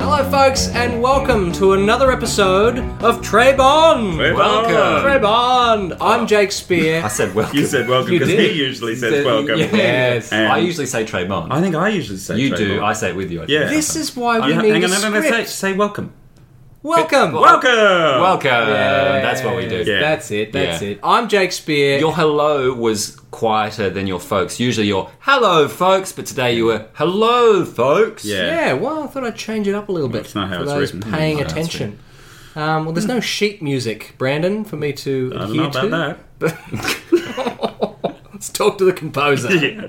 Alex, and welcome to another episode of Trey Bond. Trey Bond. Trey Bond. I'm Jake I Spear. said welcome. You said welcome You because he did. usually says welcome. yes. And- I usually say Trey Bond. I think I usually say you Trey do. Bond. I say it with you. I think. Yeah. This is why we Yeah, need hang a on, no, no, no, say, script. say welcome. Welcome. Welcome. Welcome. Um, That's what we do. Yeah. That's it. That's Yeah. it. I'm Jake Spear. Your hello was quieter than your folks. Usually you're hello folks, but today you were hello folks. Yeah. yeah. Well, I thought I'd change it up a little bit That's not how for it's those written. paying That's not how it's attention. Um, well, there's no sheet music, Brandon, for me to I don't adhere know about to. that. Let's talk to the composer.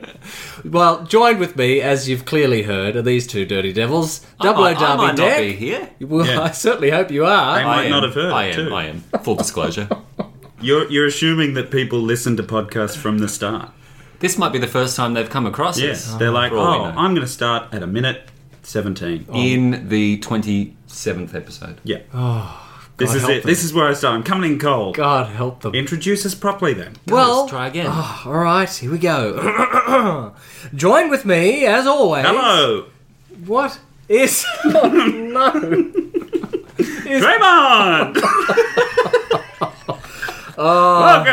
Well, joined with me, as you've clearly heard, are these two dirty devils, I, Double O I Derby might not Deck. be here. Well, Yeah. I certainly hope you I are. might am, not have heard I it, am. too. I am. Full disclosure. You're, you're assuming that people listen to podcasts from the start. this might be the first time they've come across Yes. us. They're like, Ah, for all we oh, know." Oh. I'm going to start at a minute 17. in the twenty seventh episode. Yeah. Oh, this God is help it. This is where I start. I'm coming in cold. God help them. Introduce us properly then. well, Let's try again. oh, all right, here we go. Join with me, as always. Hello. What is? Oh, no. Draymond! Ah.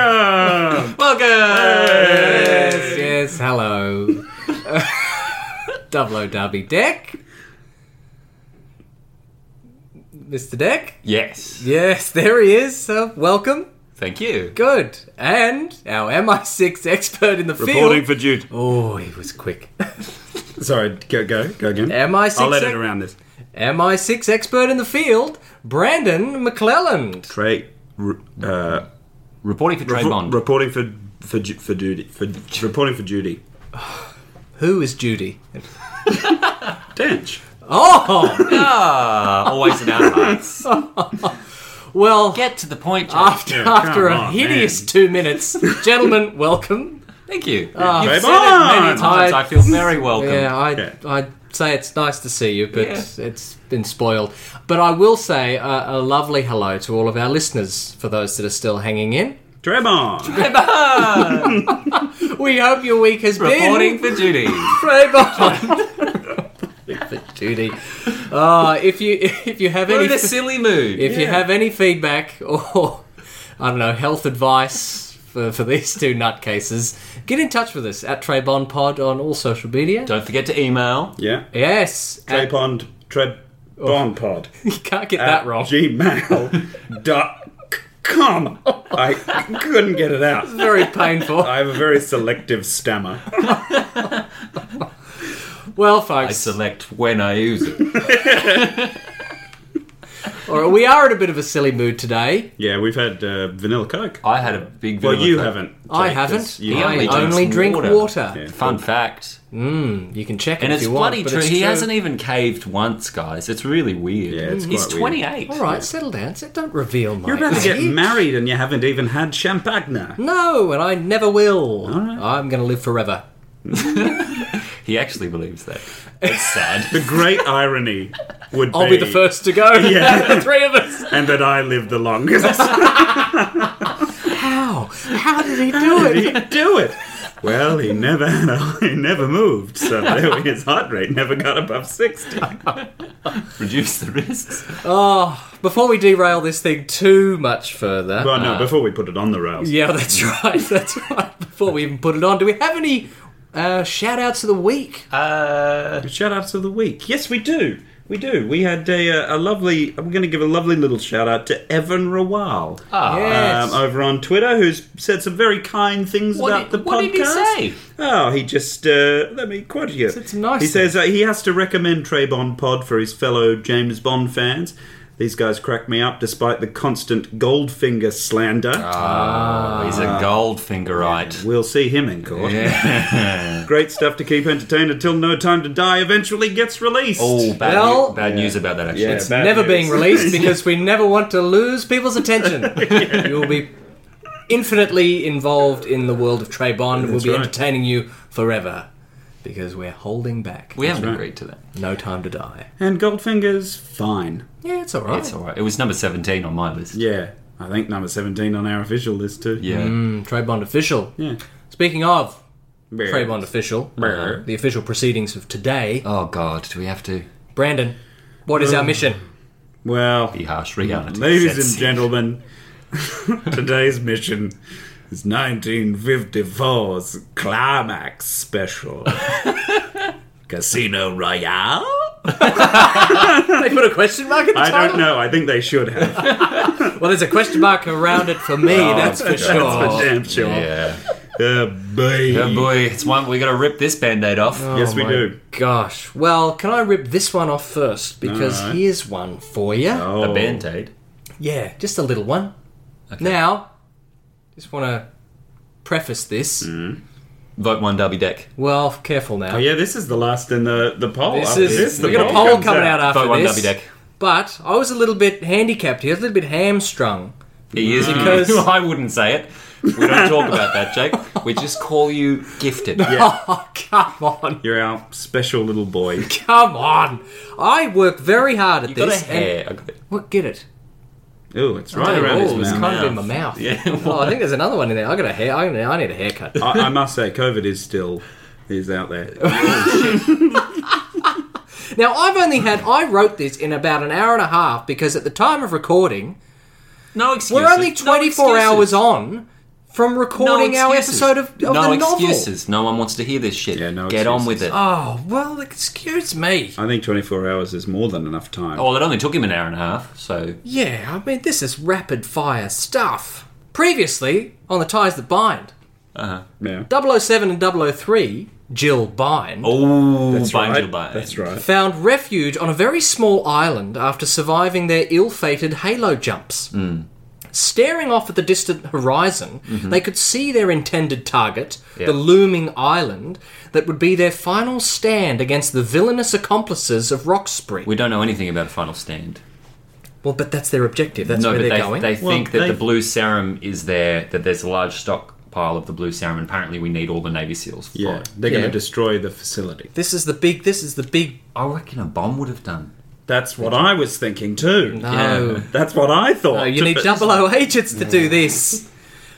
Welcome! Welcome. yes, yes, hello. Double O Derby Deck. Mr. Deck? Yes. Yes, there he is. Uh, welcome. Thank you. Good. And our MI6 expert in the Reporting field. for Jude. oh, he was quick. Sorry, go, go, go again. MI6 I'll let ex- it around this. MI6 expert in the field, Brandon McClelland. Trey, r- uh, Reporting for Trey Repo- Bond. Reporting for for ju- for duty for reporting for duty. Who is Judy? Dench. Oh! Ah, always in our hearts. Well, Get to the point, Jake. after, Yeah, after come a on, hideous man. two minutes, gentlemen, welcome. Thank you. Trey You've said it Bond! many times. I feel very welcome. Yeah, I, Yeah. I'd say it's nice to see you, but Yeah. it's been spoiled. But I will say a, a lovely hello to all of our listeners for those that are still hanging in. Draymond. We hope your week has Reporting been. for duty. Reporting for Judy. Uh, if you if you have We're any in a silly mood. if you Yeah. have any feedback or I don't know health advice for, for these two nutcases, get in touch with us at Treybond Pod on all social media. Don't forget to email. Yeah. Oh. Yes, Trey at- Bond. Trey Bond Pod. you can't get that wrong. Gmail. dot com. I couldn't get it out. Very painful. I have a very selective stammer. Well, I folks, select when I use it. all right, we are in a bit of a silly mood today. Yeah, we've had uh, vanilla coke. I had a big Well, vanilla you Coke. haven't. I Jake, 'cause haven't. you- He I only drinks only drink water. water. Yeah. Fun fact. You can check it And if it's you want. bloody but true. it's He hasn't even caved once, guys. It's really weird. Yeah, it's He's quite weird. 28. All right, settle down. Sit- Don't reveal, mate. You're about to get married and you haven't even had champagne. No, and I never will. right. I'm going to live forever. He actually believes that. It's sad. The great irony would I'll be the first to go. Yeah. the three of us. and that I live the longest. How? How did he do it? he do it? Well, he never had a, he never moved, so his heart rate never got above sixty. Reduce the risks. Before we derail this thing too much further. Well, no, before we put it on the rails, Yeah, that's right. That's right. Before we even put it on, do we have any uh, shout outs of the week? Uh, shout outs of the week. Yes, we do. We do. We had a, uh, a lovely. I'm going to give a lovely little shout out to Evan Rawal ah. yes. um, over on Twitter, who's said some very kind things What about did- the what podcast. did he say? Oh, he just uh, let me quote you. It's nice He of says uh, he has to recommend Trey Bond Pod for his fellow James Bond fans. These guys crack me up despite the constant Goldfinger slander. Ah. Oh, He's a Goldfingerite. We'll see him in court. Great stuff to keep entertained until No Time to Die eventually gets released. Oh, bad, Well- new- bad news about that, actually. Yeah, It's- bad never news. being released because we never want to lose people's attention. You'll be infinitely involved in the world of Trey Bond. we'll be right. entertaining you forever because we're holding back. we haven't right. agreed to that. no time to die. and Goldfinger's fine. Yeah, it's all right. It's all right. It was number 17 on my list. Yeah, I think number 17 on our official list, too. Yeah. Mm, Trey Bond official. Yeah. Speaking of Trey Brr. Bond official, Brr. the official proceedings of today, Oh, God. Do we have to? Brandon, What is our Mm. mission? Well, The harsh reality. ladies sets and in. gentlemen, today's mission is 1954's climax special. Casino Royale? They put a question mark in the I title. don't know. I think they should have. Well, there's a question mark around it for me. that's for Oh, That's sure. for damn sure. Yeah. Uh, boy. Oh boy, it's one we gotta rip this band-aid off. Yes, Oh we my do. Gosh. Well, can I rip this one off first? Because Alright. here's one for you. Oh. A band-aid. Yeah, just a little one. Now, just want to preface this. Vote one Derby Deck. Well, careful now. Mm. Oh, yeah, this is the last in the, the poll. This After is the we got a poll poll comes coming out, Vote after one this. Derby Deck. But I was a little bit handicapped here, a little bit hamstrung. He is Because- I wouldn't say it. We don't talk about that, Jake. We just call you gifted. Oh, come on. You're our special little boy. Come on. I work very hard at You got a this. and- hair. I got it. What, get it? Ooh, it's right around oh, his it's mouth. kind of in my mouth. Yeah, oh, I think there's another one in there. I got a hair. I I need a haircut. I, I must say, COVID is still is out there. Now, I've only had, I wrote this in about an hour and a half because at the time of recording, No excuses. we're only No 24 excuses. hours on from No recording our excuses. episode of, of no the novel. excuses. No one wants to hear this shit. Yeah, no Get on with excuses. it. Oh, well, excuse me. I think 24 hours is more than enough time. Oh, Well, it only took him an hour and a half, so Yeah, I mean, this is rapid fire stuff. Previously, on The Ties That Bind, yeah. 007 and 003, Jill Bind. oh, bind right. your bind. That's right. found refuge on a very small island after surviving their ill fated halo jumps. Staring off at the distant horizon, they could see their intended target, Mm-hmm. Yeah. the looming island, that would be their final stand against the villainous accomplices of Roxbury. We don't know anything about Final Stand. well, but that's their objective, that's no, where but they're they, going. they Well, think that they- the blue serum is there, that there's a large stockpile of the blue serum, and apparently we need all the Navy SEALs for Yeah. it. They're Yeah. going to destroy the facility. This is the big. This is the big. I reckon a bomb would have done. That's what I was thinking too. No, That's what I thought. no, Oh, you need But- double O agents to do this.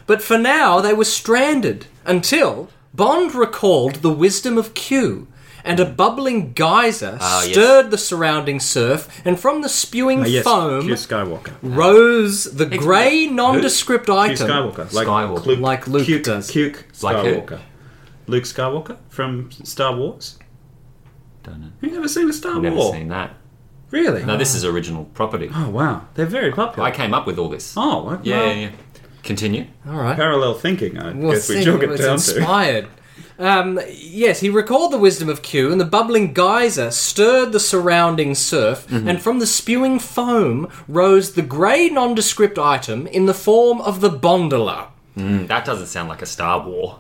But for now, they were stranded until Bond recalled the wisdom of Q, and a bubbling geyser Ah, yes. stirred the surrounding surf, and from the spewing Ah, Yes, foam Q Skywalker. rose the grey nondescript Q item. Skywalker. Like Skywalker. Luke, Like Luke Q, does. Q Like who? Skywalker. Luke Skywalker from Star Wars. Don't know. You never seen a Star I've never Wars? seen that. Really? No, this is original property. Oh wow, they're very popular. I came up with all this. oh, well, yeah, yeah, yeah. Continue. All right. Parallel thinking. I Well, guess we see, took it it was down to. inspired. Um, yes, he recalled the wisdom of Q, and the bubbling geyser stirred the surrounding surf, Mm-hmm. and from the spewing foam rose the grey nondescript item in the form of the Bondola. Hmm, That doesn't sound like a Star War.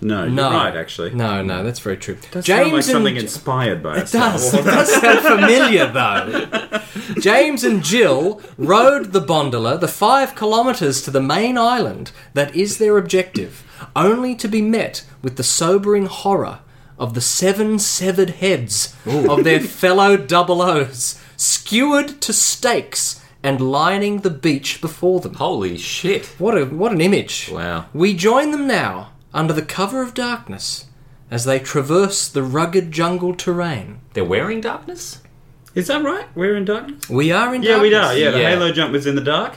No, you're No. right. Actually, No, no, that's very true. Does sound like something and inspired by a It Star does. Wars. It does sound familiar, though. James and Jill rode the gondola the five kilometres to the main island that is their objective, only to be met with the sobering horror of the seven severed heads of their fellow double O's, skewered to stakes and lining the beach before them. Holy shit. What a what an image! Wow. We join them now under the cover of darkness as they traverse the rugged jungle terrain. They're wearing darkness? Is that right? We're in darkness. We are in Yeah, we are. darkness. Yeah, the Yeah. Halo jump was in the dark.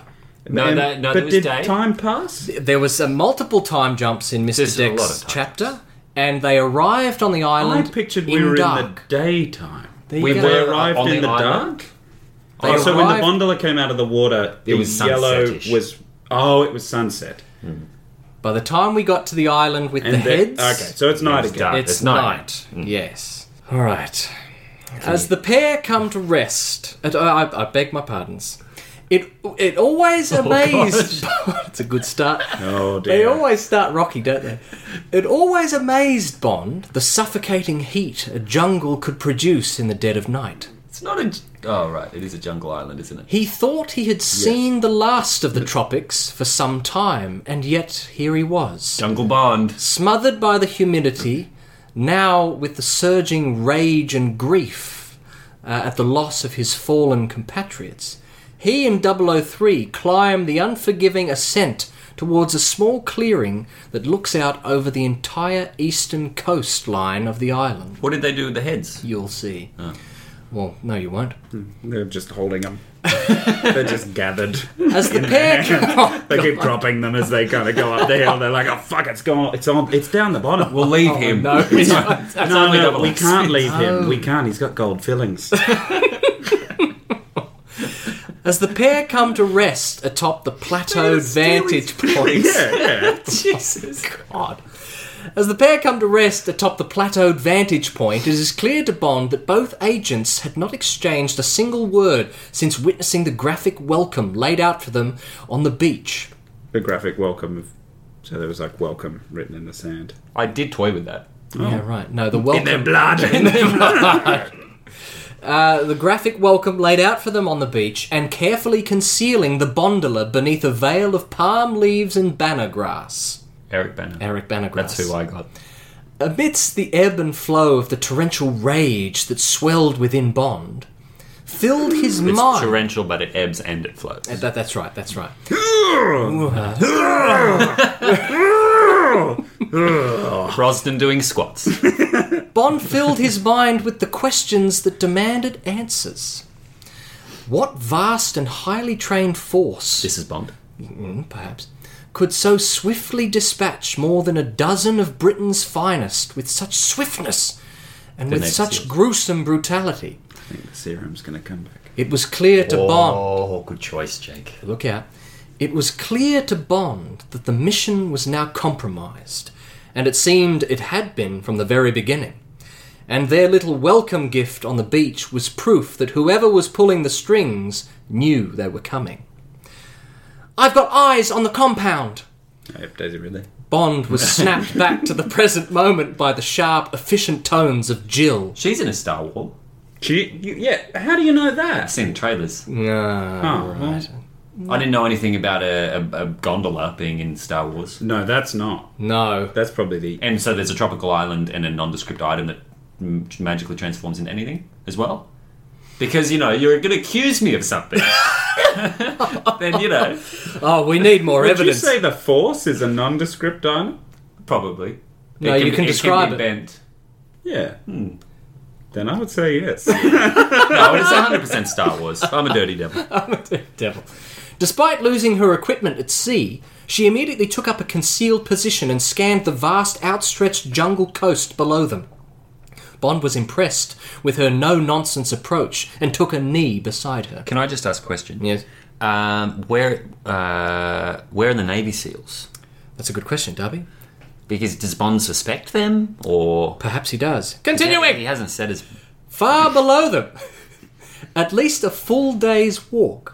No, And- that- no, but that was did day. time pass? There was uh, multiple time jumps in Mr. There's a lot of Deck's time chapter, and they arrived on the I island. pictured we in were in dark. the daytime. There you we go. They were- arrived on in the the, island? dark. They Oh, so when the arrived- gondola came out of the water, the was yellow sunset-ish. was oh, it was sunset. By the time we got to the island with the And the- heads, Okay, so it's night Mm. was again. dark. it's, It's night. night. Yes. All right. As the pair come to rest, at, I, I- I beg my pardons. It it always amazed. it's a good start. Oh They dear. always start rocky, don't they? It always amazed Bond the suffocating heat a jungle could produce in the dead of night. It's not a. Oh, right. It is a jungle island, isn't it? He thought he had seen the last of the tropics for some time, and yet here he was. Jungle Bond. Smothered by the humidity, now with the surging rage and grief uh, at the loss of his fallen compatriots, he and 003 climb the unforgiving ascent towards a small clearing that looks out over the entire eastern coastline of the island. What did they do with the heads? You'll see. Well, no, you won't. They're just holding them. They're just gathered. As the pair They keep dropping them as they kind of go up the hill. They're like, "Oh fuck, it's gone. It's on. It's down the bottom." We'll leave him. no, it's not. That's Oh, no, only no, double we X. can't leave him. We can't. He's got gold fillings. As the pair come to rest atop the plateaued vantage point. yeah, yeah. Jesus God. As the pair come to rest atop the plateaued vantage point, it is clear to Bond that both agents had not exchanged a single word since witnessing the graphic welcome laid out for them on the beach. The graphic welcome. Of, so there was like "welcome" written in the sand. I did toy with that. Yeah, right. No, the In their welcome. blood. Uh, the graphic welcome laid out for them on the beach and carefully concealing the Bondola beneath a veil of palm leaves and banner grass. Eric Banner. Eric Banner grass. That's who I got. Amidst the ebb and flow of the torrential rage that swelled within Bond, filled his It's mind. torrential, but it ebbs and it floats. That, that's right, that's right. Brosnan doing squats. Bond filled his mind with the questions that demanded answers. What vast and highly trained force, this is Bond. mm, perhaps, could so swiftly dispatch more than a dozen of Britain's finest with such swiftness and with next such is- gruesome brutality? I think the serum's gonna come back. It was clear to Bond. Oh, good choice, Jake. Look out. It was clear to Bond that the mission was now compromised, and it seemed it had been from the very beginning. And their little welcome gift on the beach was proof that whoever was pulling the strings knew they were coming. I've got eyes on the compound! I have Oh, Daisy Ridley. Bond was snapped back to the present moment by the sharp, efficient tones of Jill. She's in a Star War. She, you, yeah. How do you know I've that? seen the trailers. Ah, well. right. I didn't know anything about a, a, a gondola being in Star Wars. No, that's not. No. That's probably the And so there's a tropical island and a nondescript item that m- magically transforms into anything as well. Because, you know, you're going to accuse me of something. then, you know, Oh, we need more Would evidence. you say the force is a nondescript item? probably. No, It you can be- describe it. it. Can be bent. Yeah. Then I would say yes. No, it's 100% Star Wars. I'm a dirty devil. Devil. Despite losing her equipment at sea, she immediately took up a concealed position and scanned the vast, outstretched jungle coast below them. Bond was impressed with her no nonsense approach and took a knee beside her. Can I just ask a question? Yes, Um, where, uh, where are the Navy SEALs? that's a good question, Darby. Because does Bond suspect them, or Perhaps he does. He hasn't said his. Far below them, at least a full day's walk,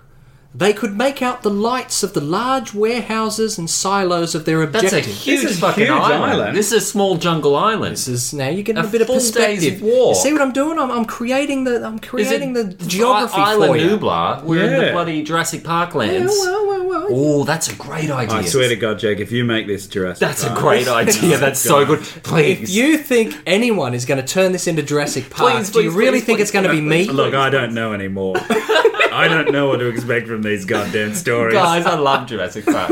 they could make out the lights of the large warehouses and silos of their objective. That's a huge This is fucking huge island. island. This is a small jungle island. This is now you're getting a, A bit of full day's perspective. walk. You see what I'm doing? I'm, I'm creating the I'm Is it creating the geography I- Isla for you. Nublar. We're in the Yeah. bloody Jurassic Park Well, lands. well, well, well. Oh, that's a great idea. I swear to God, Jake, if you make this Jurassic that's a Park- great idea. That's so good. Please, If you think anyone is going to turn this into Jurassic Park, Please, do you please, really please, think it's please, going to be me? Look, I don't know anymore. I don't know what to expect from these goddamn stories. guys, I love Jurassic Park.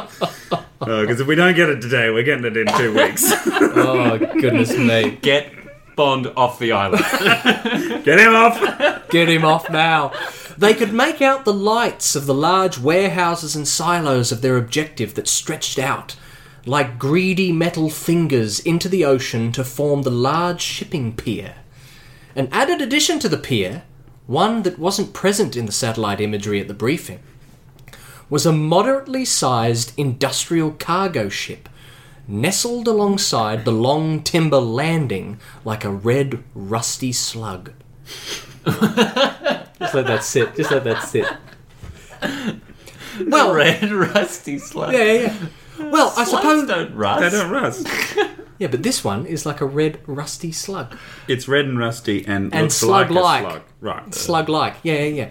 Because Oh, if we don't get it today, we're getting it in two weeks. oh goodness me! Get Bond off the island. get him off! Get him off now. They could make out the lights of the large warehouses and silos of their objective that stretched out like greedy metal fingers into the ocean to form the large shipping pier. An added addition to the pier, one that wasn't present in the satellite imagery at the briefing, was a moderately sized industrial cargo ship nestled alongside the long timber landing like a red, rusty slug. Just let that sit. Just let that sit. Well, Red rusty slugs. yeah, yeah, yeah. Well, I suppose. don't rust. I don't rust. Yeah, but this one is like a red, rusty slug. It's red and rusty and, And looks like a slug-like. slug. Right. Slug-like. Yeah, yeah, yeah.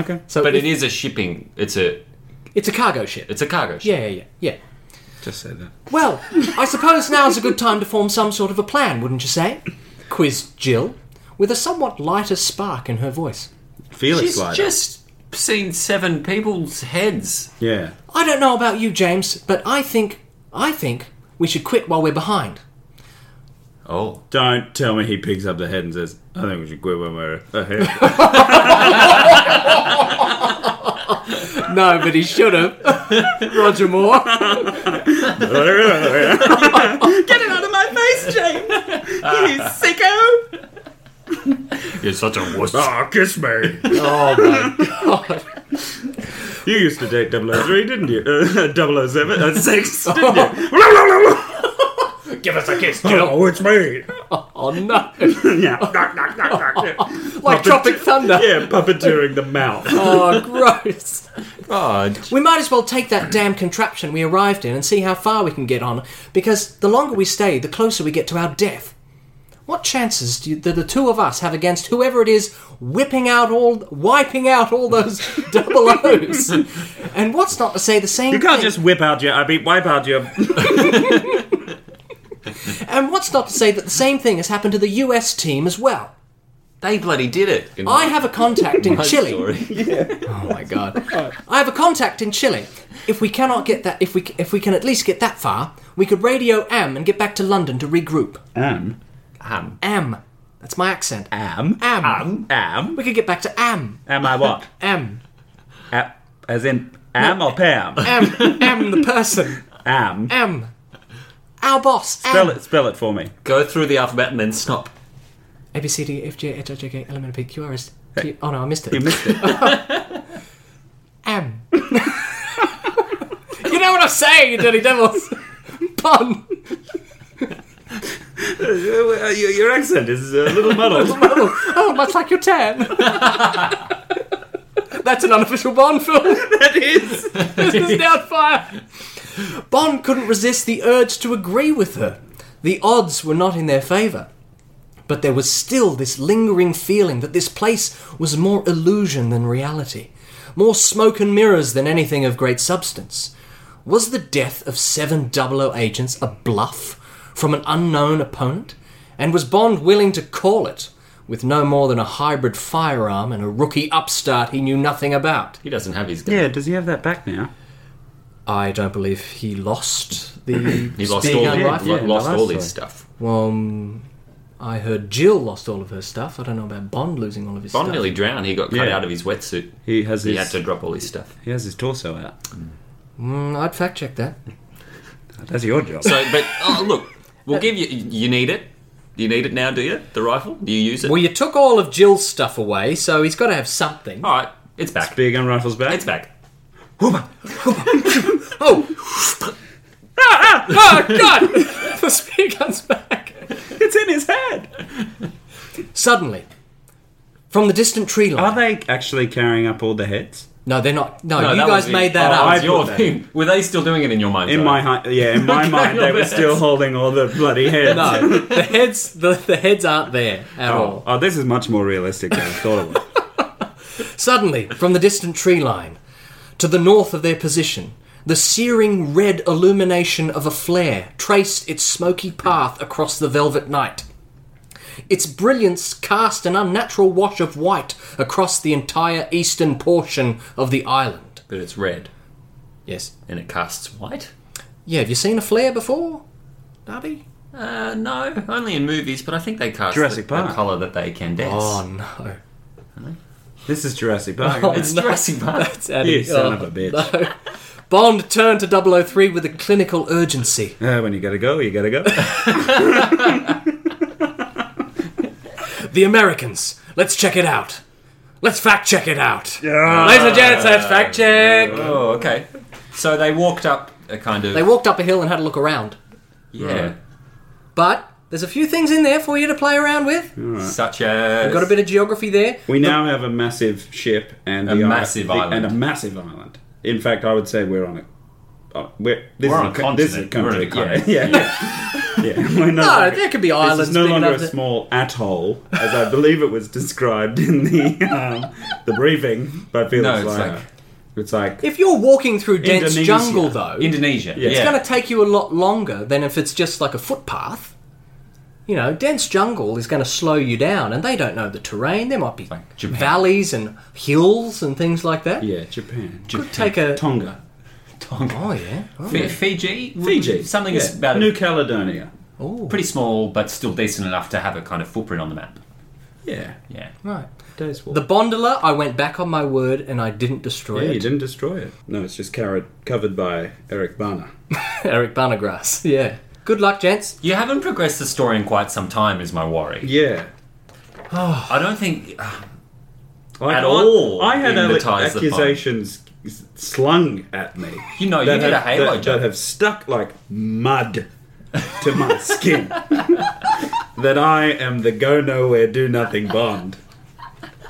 Okay. So But it it is. is a shipping. It's a It's a cargo ship. it's a cargo ship. Yeah, yeah, yeah, yeah. Just say that. Well, I suppose now's a good time to form some sort of a plan, wouldn't you say? Quizzed Jill, with a somewhat lighter spark in her voice. Felix She's Slider. just seen seven people's heads. Yeah. I don't know about you, James, but I think I think we should quit while we're behind. Oh. Don't tell me he picks up the head and says, I think we should quit when we're a head. No, but he should have. Roger Moore. Get it out of my face, James! You sicko! You're such a wuss. Ah, kiss me! Oh my god. You used to date 003, didn't you? Uh, 007? Uh, 6, didn't you? Give us a kiss. Hello, it's me! Oh no. yeah. Knock, knock, knock, knock. Like Tropic Thunder. Yeah, puppeteering the mouth. Oh, gross. Oh, We might as well take that damn contraption we arrived in and see how far we can get on, because the longer we stay, the closer we get to our death. What chances do, you, do the two of us have against whoever it is whipping out all, wiping out all those double O's? And what's not to say the same You can't thing? just whip out your. I mean, wipe out your. And what's not to say that the same thing has happened to the US team as well? they bloody did it. I have a contact in My Chile. story. Oh my god! I have a contact in Chile. If we cannot get that, if we if we can at least get that far, we could radio Am and get back to London to regroup. Am. Ham. Am, that's my accent. Am. Am. Am. We could get back to Am. Am I what? Am. A- as in am or Pam? Am. Am the person. Am. Am. Our boss. Am. Spell it. Spell it for me. Go through the alphabet and then stop. A B C D E F G H I J K L M N P Q R S T. Oh no, I missed You it. missed it. Am. you know what I'm saying, you dirty devils. Pun. Uh, your, your accent is a little muddled. Oh, much like your tan. That's an unofficial Bond film. that is. Mrs. Doubtfire. Bond couldn't resist the urge to agree with her. The odds were not in their favour. But there was still this lingering feeling that this place was more illusion than reality, more smoke and mirrors than anything of great substance. Was the death of seven 00 agents a bluff from an unknown opponent? And was Bond willing to call it with no more than a hybrid firearm and a rookie upstart he knew nothing about? He doesn't have his gun. Yeah, does he have that back now? I don't believe he lost the. He lost spear all, gun his, rifle. yeah, lost no, all that's his stuff. Well, um, I heard Jill lost all of her stuff. I don't know about Bond losing all of his Bond stuff. nearly drowned. He got cut Yeah. out of his wetsuit. He has He his. had to drop all his stuff. He has his torso out. Mm, I'd fact check that. That's your job. So, but oh, look, we'll give you. You need it. You need it now, do you? The rifle? Do you use it? Well, you took all of Jill's stuff away, so he's got to have something. all right, it's back. Spear gun rifles back. It's back. Oh! ah, ah, oh, God! the spear gun's back. It's in his head. Suddenly, from the distant tree line. Are they actually carrying up all the heads? No, they're not. No, No, you that guys was- made that oh, up. that was I your put that. thing. Were they still doing it in your mind? In Zoe? my hi- yeah, in my mind, they your were best. still holding all the bloody heads. no, the heads, the, the heads aren't there at all. Oh, oh, this is much more realistic than I thought it was. Suddenly, from the distant tree line, to the north of their position, the searing red illumination of a flare traced its smoky path across the velvet night. Its brilliance cast an unnatural wash of white across the entire eastern portion of the island. But it's red Yes. and it casts white. Yeah, have you seen a flare before, Darby? Uh, no, only in movies. But I think they cast Jurassic the, Park. color that they can dance. Oh, no. This is Jurassic Park. Oh, it's no. Jurassic Park. That's Adam. You son of a bitch. no. Bond turned to 003 with a clinical urgency. Uh, when you gotta go, you gotta go. The Americans. Let's check it out. Let's fact check it out. Yeah. Ladies and gents, let's fact check. Oh, okay. So they walked up a kind of They walked up a hill and had a look around. yeah, But there's a few things in there for you to play around with. such as Got a bit of geography there. We now have a massive ship and A the i- massive the- island. and a massive island. In fact, I would say we're on a. oh, we're, this We're is on a co- This is a continent. country. We're on a yeah, yeah, yeah. yeah. We're no, No, longer- Ah, there could be this islands. is no big longer a enough to- small atoll, as I believe it was described in the um, the briefing by Felix No, it's Leiter. like- it's like If you're walking through dense Indonesia. jungle, though, Indonesia. Yeah, It's it's going to take you a lot longer than if it's just like a footpath. You know, dense jungle is going to slow you down, and they don't know the terrain. There might be Like Japan. valleys and hills and things like that. yeah, Japan, Could take a Tonga, Oh yeah. Oh, Fi- Fiji, Fiji, something yeah. is about New Caledonia. Oh, Pretty small, but still decent enough to have a kind of footprint on the map. Yeah. Yeah. right. Days War. The Bondola, I went back on my word and I didn't destroy yeah, you it. didn't destroy it. No, it's just carrot covered by Eric Bana. Eric Barnagrass. Yeah. Good luck, gents. You haven't progressed the story in quite some time, is my worry. Yeah. I don't think. Like, At I- all I had alle- hypnotise the accusations s- slung at me. You know, you that did a have, Halo that, job. that have stuck like mud to my skin. that I am the go nowhere, do nothing Bond.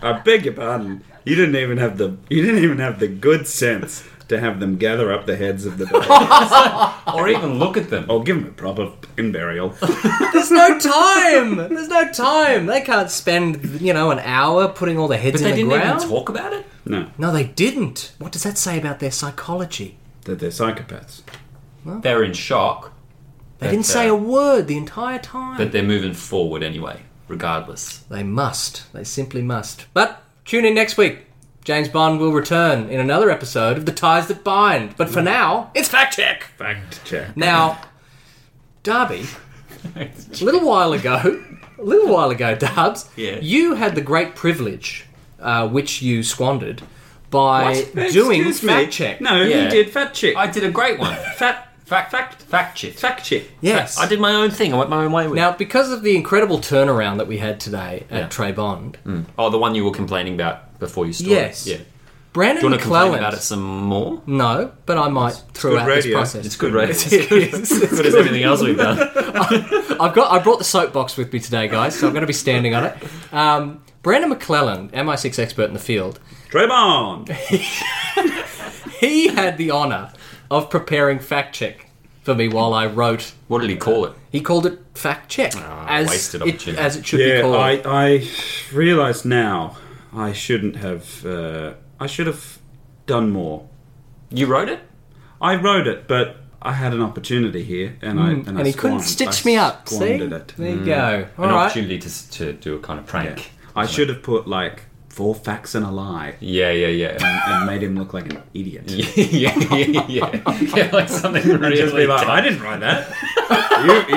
I beg your pardon. You didn't even have the you didn't even have the good sense to have them gather up the heads of the bodies or even look at them. or give them a proper fucking burial. There's no time. There's no time. They can't spend, you know, an hour putting all the heads But they in didn't the ground. even talk about it. No, No, they didn't. What does that say about their psychology? that they're psychopaths. They were in shock, They didn't That's, say uh, a word the entire time. but they're moving forward anyway, regardless. They must. They simply must. But tune in next week. James Bond will return in another episode of The Ties That Bind. But for now, it's fact check. Fact check. Now, Darby, a little while ago, a little while ago, Darbs, Yeah. you had the great privilege, uh, which you squandered, by Excuse doing me. fact check. No, Yeah. he did fact check. I did a great one. fat fact, fact, fact check. fact check. Yes. I did my own thing. I went my own way with it. Now, because of the incredible turnaround that we had today at Trey Bond, Oh, the one you were complaining about before you started. Yes. Yeah. Do Brandon you want to complain McClelland. about it some more? No, but I might throughout good this radio. process. It's good, right? It's It good. is. As good as everything else we've done. I've got. I brought the soapbox with me today, guys, so I'm going to be standing on it. Um, Brandon McClellan, MI6 expert in the field, Trebon. he had the honour of preparing fact check for me while I wrote. What did he call it? He called it fact check, Ah, as wasted it, opportunity. as it should be Yeah, called. I, I realise now I shouldn't have. Uh, I should have done more. You wrote it? I wrote it, but I had an opportunity here, and I and, I Mm, and he couldn't squandered- stitch I me up. See, Squandered there it. Mm. you go. All An right. opportunity to, to do a kind of prank. I should have put like four facts and a lie, Yeah, yeah, yeah. and, and made him look like an idiot. yeah, yeah, yeah, yeah. Yeah, like something really Just be like, dumb. I didn't write that.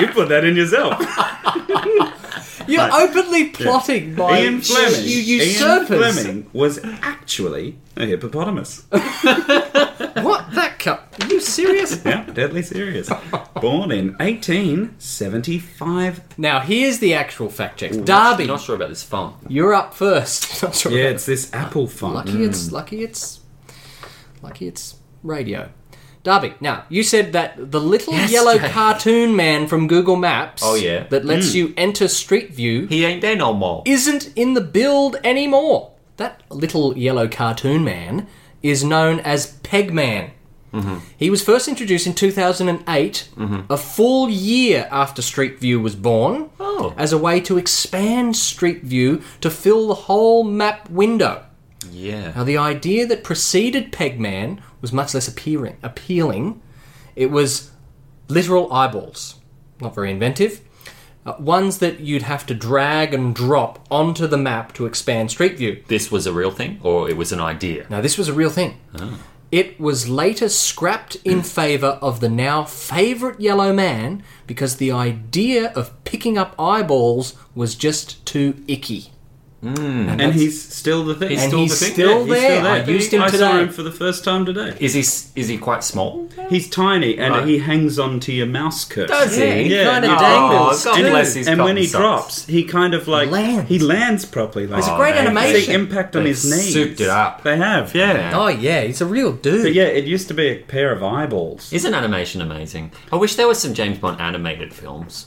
you, you put that in yourself. You're openly plotting my Ian Fleming. You Ian usurpers. Fleming was actually a hippopotamus. What that cup? Are you serious? yeah, deadly serious. Born in 1875. Now here's the actual fact check. Darby, I'm not sure about this phone. you're up first. Not sure Yeah, about it's this Apple font. Lucky it's Hmm. lucky it's lucky it's radio. Darby, now you said that the little Yes, yellow Dave. cartoon man from Google Maps Oh, yeah. that lets you enter Street View He ain't there no more. isn't in the build anymore. That little yellow cartoon man is known as Pegman. Mm-hmm. He was first introduced in 2008, a full year after Street View was born, Oh. as a way to expand Street View to fill the whole map window. Now, Yeah. the idea that preceded Pegman was much less appearing, appealing. It was literal eyeballs, not very inventive. Uh, ones that you'd have to drag and drop onto the map to expand Street View. This was a real thing, or it was an idea. Now, this was a real thing. Ah. It was later scrapped in favour of the now favourite yellow man because the idea of picking up eyeballs was just too icky. And he's still the thing. He's And still he's the thing. still he's there. I used him I saw today. him for the first time today. Is he s- is he quite small? He's tiny and Right. he hangs on to your mouse curse. Does he? Yeah, Kinda no. dangles. Oh, God And, bless his and when he cotton socks. drops, he kind of like Lands. he lands properly. Like, It's a great Oh, It's man. the animation. impact on They've his knees. souped it up. They have, yeah. Oh, yeah, he's a real dude. But yeah, it used to be a pair of eyeballs. Isn't animation amazing? I wish there were some James Bond animated films.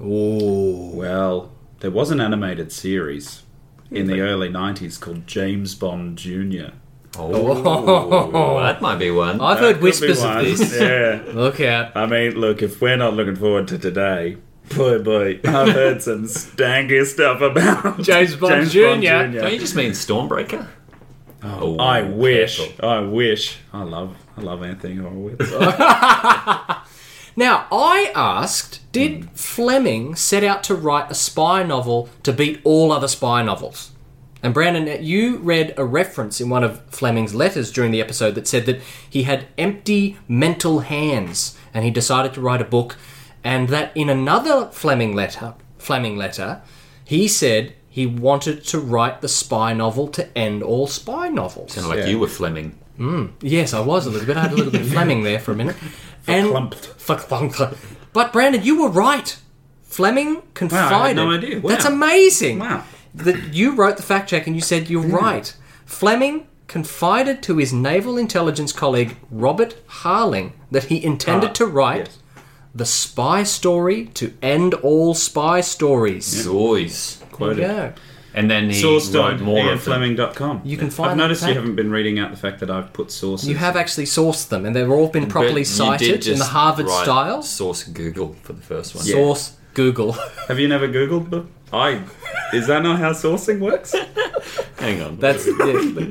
Ooh. Well, there was an animated series in the early '90s called James Bond Junior. Oh, that might be one. I've heard whispers of this. yeah. Look out. I mean, look, if we're not looking forward to today, boy, boy, I've heard some stanky stuff about James Bond Jr.. Don't you just mean Stormbreaker? Oh, I wish. careful. I wish. I love. I love Anthony Horowitz. Now, I asked, did Fleming set out to write a spy novel to beat all other spy novels? And Brandon, you read a reference in one of Fleming's letters during the episode that said that he had empty mental hands and he decided to write a book and that in another Fleming letter, Fleming letter, he said he wanted to write the spy novel to end all spy novels. Kind of like Yeah. you were Fleming. Yes, I was a little bit. I had a little bit of Fleming there for a minute. And clumped. for clumped. But Brandon, you were right. Fleming confided. no idea. Wow. That's amazing. Wow. Hmm. That you wrote the fact check and you said you're right. Fleming confided to his naval intelligence colleague Robert Harling that he intended Ah, to write yes. the spy story to end all spy stories. Zoys. Quoted. Yeah. And then he wrote more of them. source.ianfleming.com. You can find I've noticed that you fact. haven't been reading out the fact that I've put sources. You have actually sourced them, and they've all been properly But you did cited in just the Harvard write style. Source Google for the first one. Source Google. Have you never Googled? the- I. Is that not how sourcing works? Hang on. That's yeah,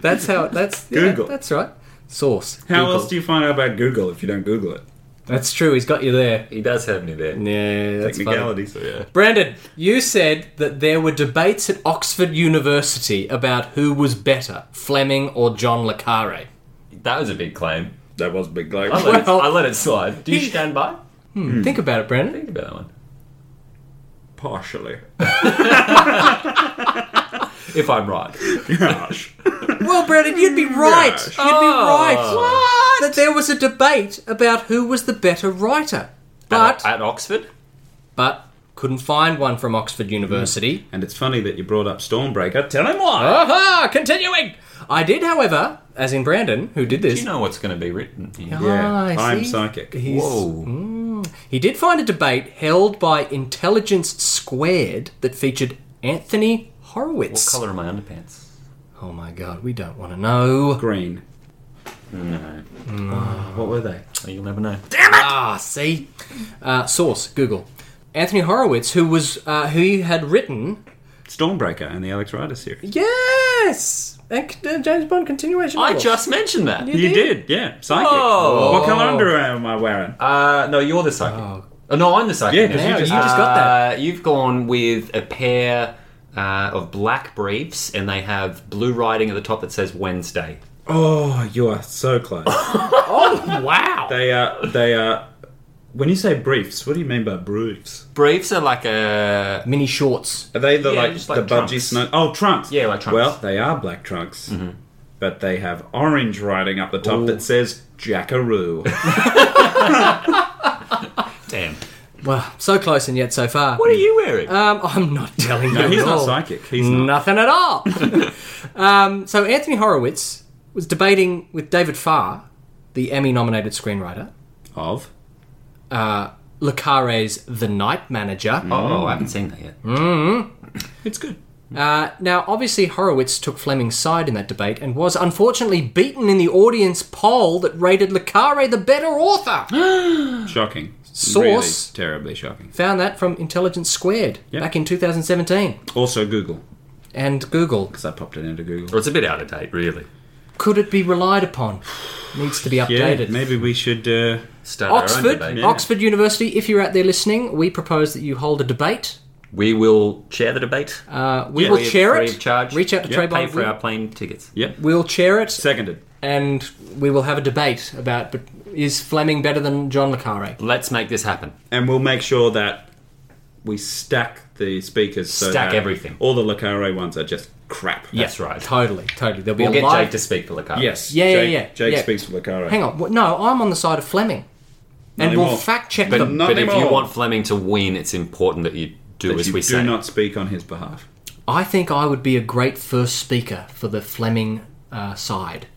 that's how that's yeah, Google. that's right. Source. How Google. else do you find out about Google if you don't Google it? That's true. He's got you there. he does have me there. Yeah, that's funny. Technicalities. Yeah. Brandon, you said that there were debates at Oxford University about who was better, Fleming or John Le Carre. That was a big claim. That was big I like. let, it, Well- I let it slide. Do you stand by? Think about it, Brandon. Think about that one. Partially. If I'm right. Gosh. Well, Brandon, you'd be right. You'd be right. That there was a debate about who was the better writer, but at, at Oxford? but couldn't find one from Oxford University. And it's funny that you brought up Stormbreaker. Tell him why. Ah, Aha! Continuing. I did, however, as in Brandon, who did Do this. you know what's going to be written? here? Yeah, Ah, I I'm see. psychic. He's- Whoa. He did find a debate held by Intelligence Squared that featured Anthony What Horowitz. colour are my underpants? Oh my god, we don't want to know. Green. No. what were they? Oh, You'll never know. Ah, see. Uh, source: Google. Anthony Horowitz, who was uh, who he had written. Stormbreaker and the Alex Rider series. Yes, and, c- uh, James Bond continuation. I novels. just mentioned that. You did? yeah. Psychic. Oh. What colour underwear am I wearing? Uh, no, you're the psychic. Oh. no, I'm the psychic. Yeah, now. 'cause you Wow, just- you just got that. Uh, you've gone with a pair uh, of black briefs, and they have blue writing at the top that says Wednesday. Oh, you are so close. Wow! they are. They are. When you say briefs, what do you mean by briefs? briefs are like a mini shorts. Are they the Yeah, like, just the like budgie trunks. snow? Oh, trunks. Yeah, like trunks. Mm-hmm. Well, they are black trunks, but they have orange writing up the top that says Jackaroo. damn. Wow, so close and yet so far. What are you wearing? Um, I'm not telling you. no, he's at not all. psychic. He's not. Nothing at all. um, so Anthony Horowitz was debating with David Farr, the Emmy-nominated screenwriter, Of. Le Carre's The Night Manager. Mm. oh, I haven't seen that yet. Mm. It's good. Uh, now, obviously, Horowitz took Fleming's side in that debate and was unfortunately beaten in the audience poll that rated Le Carre the better author. Shocking. Source. Really terribly shocking. Found that from Intelligence Squared Yep. back in 2017 Also Google, and Google. because I popped it into Google. Well, it's a bit out of date, really. Could it be relied upon? Needs to be Yeah, updated. maybe we should. Uh, Start our own Oxford, debate. Oxford University. If you're out there listening, we propose that you hold a debate. We will chair the debate. Uh, we Yeah. will Free of- chair free it. of charge. Reach out to Yeah, Trey pay Bond. for our plane tickets. yep. We'll chair it, Seconded. and we will have a debate about. But is Fleming better than John Le Carre? Let's make this happen. And we'll make sure that we stack the speakers. So Stack that everything. All the Lacare ones are just crap. That's right. Totally, totally. There'll be We'll a get live. Jake to speak for the car. Yes. Yeah, yeah, Jake, yeah, Jake yeah. speaks for Lacare. Hang on. Wha- No, I'm on the side of Fleming, and we'll anymore. fact check But, them. Not but if you anymore. want Fleming to win, it's important that you do as You we do say. not speak on his behalf. I think I would be a great first speaker for the Fleming uh, side.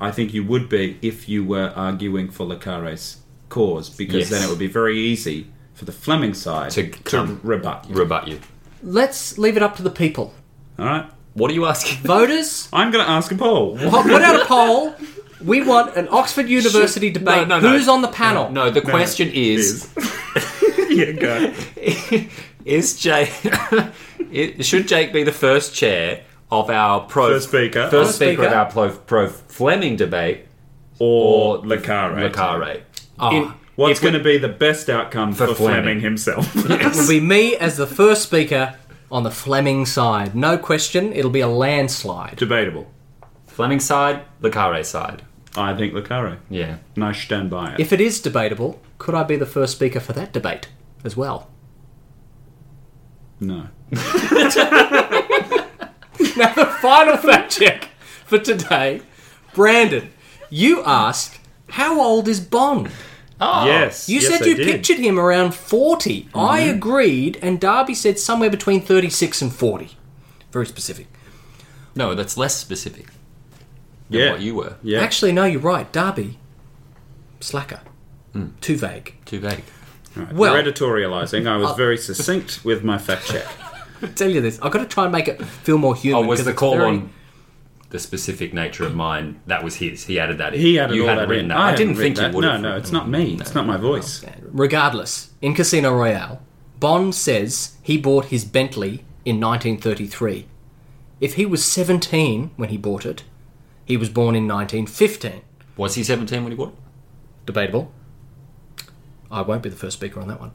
I think you would be if you were arguing for Lacare's cause, because Yes. then it would be very easy for the Fleming side To to, come- rebut. you. Rebut you. Let's leave it up to the people, All right. What are you asking? voters. I'm going to ask a poll. Put put out a poll. We want an Oxford University Should- debate. no, no, no. Who's on the panel? No, the question is: yeah, go. Is Jake? it- should Jake be the first chair of our pro First speaker. first speaker of Speaker. our pro, pro Fleming debate, Or, Or Lacare. Lacare? Ah, In- What's if we- going to be the best outcome for, Fleming. Fleming. himself? it will be me as the first speaker on the Fleming side. No question. It'll be a landslide. Debatable. Fleming side, Lacare side? I think Lucaro. Yeah. And I stand by it. If it is debatable, could I be the first speaker for that debate as well? no. Now, the final fact check for today. Brandon, you asked, how old is Bond? Oh. yes. You yes, said I you did. Mm-hmm. pictured him around 40. I agreed, and Darby said somewhere between 36 and 40. Very specific. No, that's less specific than Yeah. what you were. yeah. Actually, no, you're right. Darby, slacker. Hmm. Too vague. Too vague. Right. well- You're editorializing. I was uh, very succinct with my fact check. I tell you this, I've got to try and make it feel more Oh, human. was 'cause the it's call very- on the specific nature of mine? That was his. He added that in. He added you all had that written in. that. I, I, didn't hadn't think written you that. would. No, no, it's not me. It's not my voice. Regardless, in Casino Royale, Bond says he bought his Bentley in 1933. If he was 17 when he bought it, he was born in 1915. Was he 17 when he bought it? Debatable. I won't be the first speaker on that one.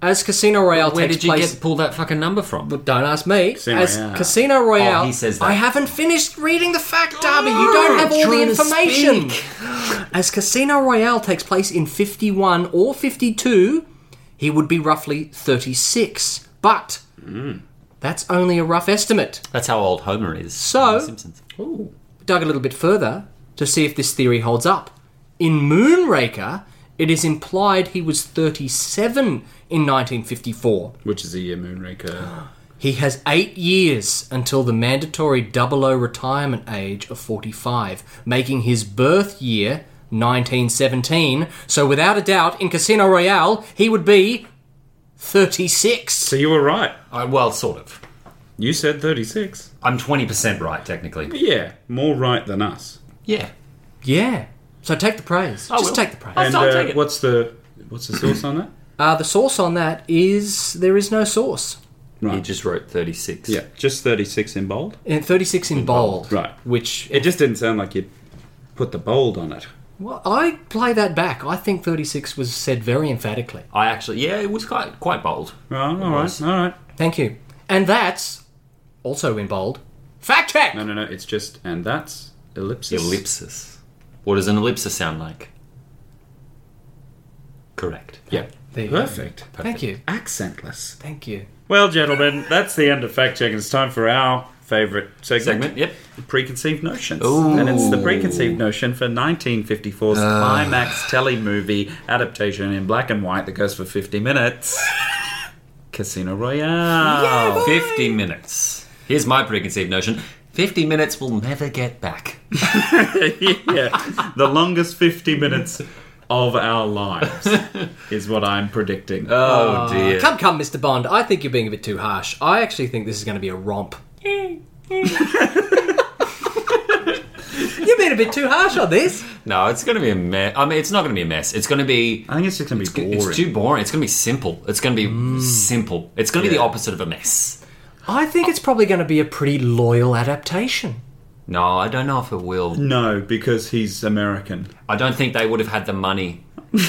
As Casino Royale Where takes did you place, get pull that fucking number from? but don't ask me. Casino As Royale. Casino Royale, Oh, he says that. I haven't finished reading the fact, Darby. You don't have all the Trying to information. As Casino Royale takes place in 51 or 52, he would be roughly 36. But Hmm. that's only a rough estimate. That's how old Homer is. So- in The Simpsons. dug a little bit further to see if this theory holds up. In Moonraker, it is implied he was 37 in 1954. Which is a year Moonraker. He has eight years until the mandatory 00 retirement age of 45, making his birth year 1917. So, without a doubt, in Casino Royale, he would be 36. So you were right. I, well, sort of. You said 36. I'm 20% right, technically. Yeah, more right than us. Yeah. Yeah. So, take the praise. I Oh, Just will. take the praise. And I'll uh, take it. what's the what's the source on that? Uh, the source on that is there is no source. He Right. just wrote 36. Yeah, just 36 in bold. And 36 in bold. right. Which, It just didn't sound like you put the bold on it. well, I play that back. I think 36 was said very emphatically. I actually, yeah, it was quite quite bold. Right, all right, all right. Thank you. And that's also in bold. Fact check! No, no, no, it's just, and that's ellipsis. Ellipsis. What does an ellipsis sound like? Correct. Yeah. There you go. Perfect. Thank you. Accentless. Thank you. Well, gentlemen, that's the end of fact checking. It's time for our favourite segment, Segment, yep. preconceived notions, Ooh. and it's the preconceived notion for 1954's climax telly movie adaptation in black and white that goes for 50 minutes. Casino Royale. Oh, 50 minutes. Here's my preconceived notion 50 minutes we'll never get back. yeah, the longest 50 minutes of our lives is what I'm predicting. Oh, dear. Come, come, Mr. Bond. I think you're being a bit too harsh. I actually think this is going to be a romp. you've been a bit too harsh on this. No, it's going to be a mess. I mean, it's not going to be a mess. It's going to be. I think it's just going to be boring. It's too boring. It's going to be simple. It's going to be simple. It's going to be the opposite of a mess. I think it's probably going to be a pretty loyal adaptation. No, I don't know if it will. no, because he's American. I don't think they would have had the money.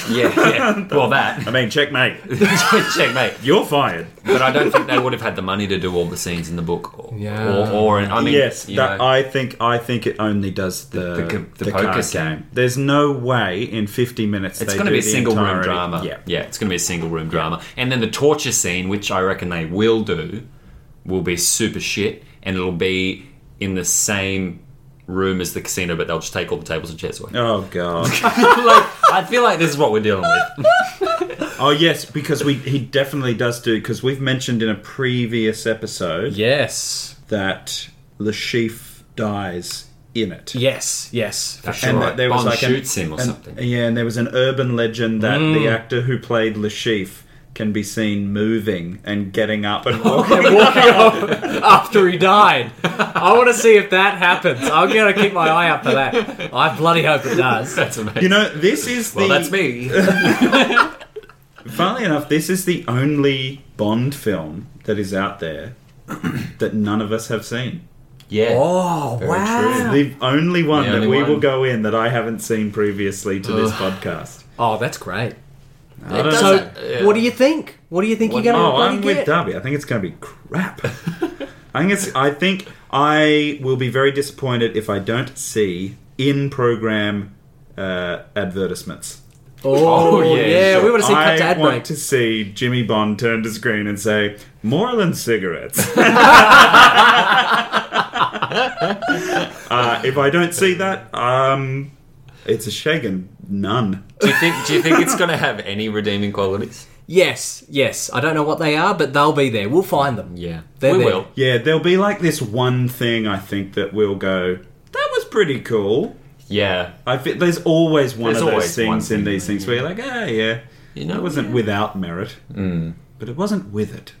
Yeah, yeah. Well, I that. mean, checkmate. Checkmate. You're fired. But I don't think they would have had the money to do all the scenes in the book. Or, Yeah. Or, or I mean, yes, you that, know, I think I think it only does the The- the, the- the card poker scene. game. There's no way in 50 minutes it's they going to do be a the single room entirety- drama. Yeah, it's going to be a single room drama. And then the torture scene, which I reckon they will do, will be super shit, and it'll be in the same room as the casino, but they'll just take all the tables and chairs away. Oh god. like, I feel like this is what we're dealing with. oh yes, because we he definitely does do because we've mentioned in a previous episode Yes. that the chief dies in it. Yes, yes. For sure. And Right. that there was Bond like an- shoots him or an- something. Mm. Yeah, and there was an urban legend that the actor who played Lashif can be seen moving and getting up and Oh, walking. and walking off after he died. I want to see if that happens. I'm going to keep my eye out for that. I bloody hope it does. That's amazing. you know, this is the well, that's me. Funnily enough, this is the only Bond film that is out there that none of us have seen. yeah. Oh, wow. The only one The that only we one. will go in that I haven't seen previously to this podcast. Oh, that's great. It does So, that. Yeah. what do you think? What do you think What- you're going to Oh, bloody I'm with get? Darby. I think it's going to be crap. I think it's. I think I will be very disappointed if I don't see in program uh, advertisements. Oh, Oh, yeah, yeah, we sure. would have seen cut I to ad want break. to see Jimmy Bond turn to screen and say, Moreland cigarettes. uh, if I don't see that, um, it's a shaken none. Do you think? Do you think it's going to have any redeeming qualities? Yes, yes. I don't know what they are, but they'll be there. We'll find them. Yeah, They're we there. will. Yeah, there'll be like this one thing I think that we'll go, that was pretty cool. Yeah, I fe- there's always one There's of those always one things in thing, these things where you're like, ah, yeah, You Oh, know, that wasn't without merit, Mm. but it wasn't with it.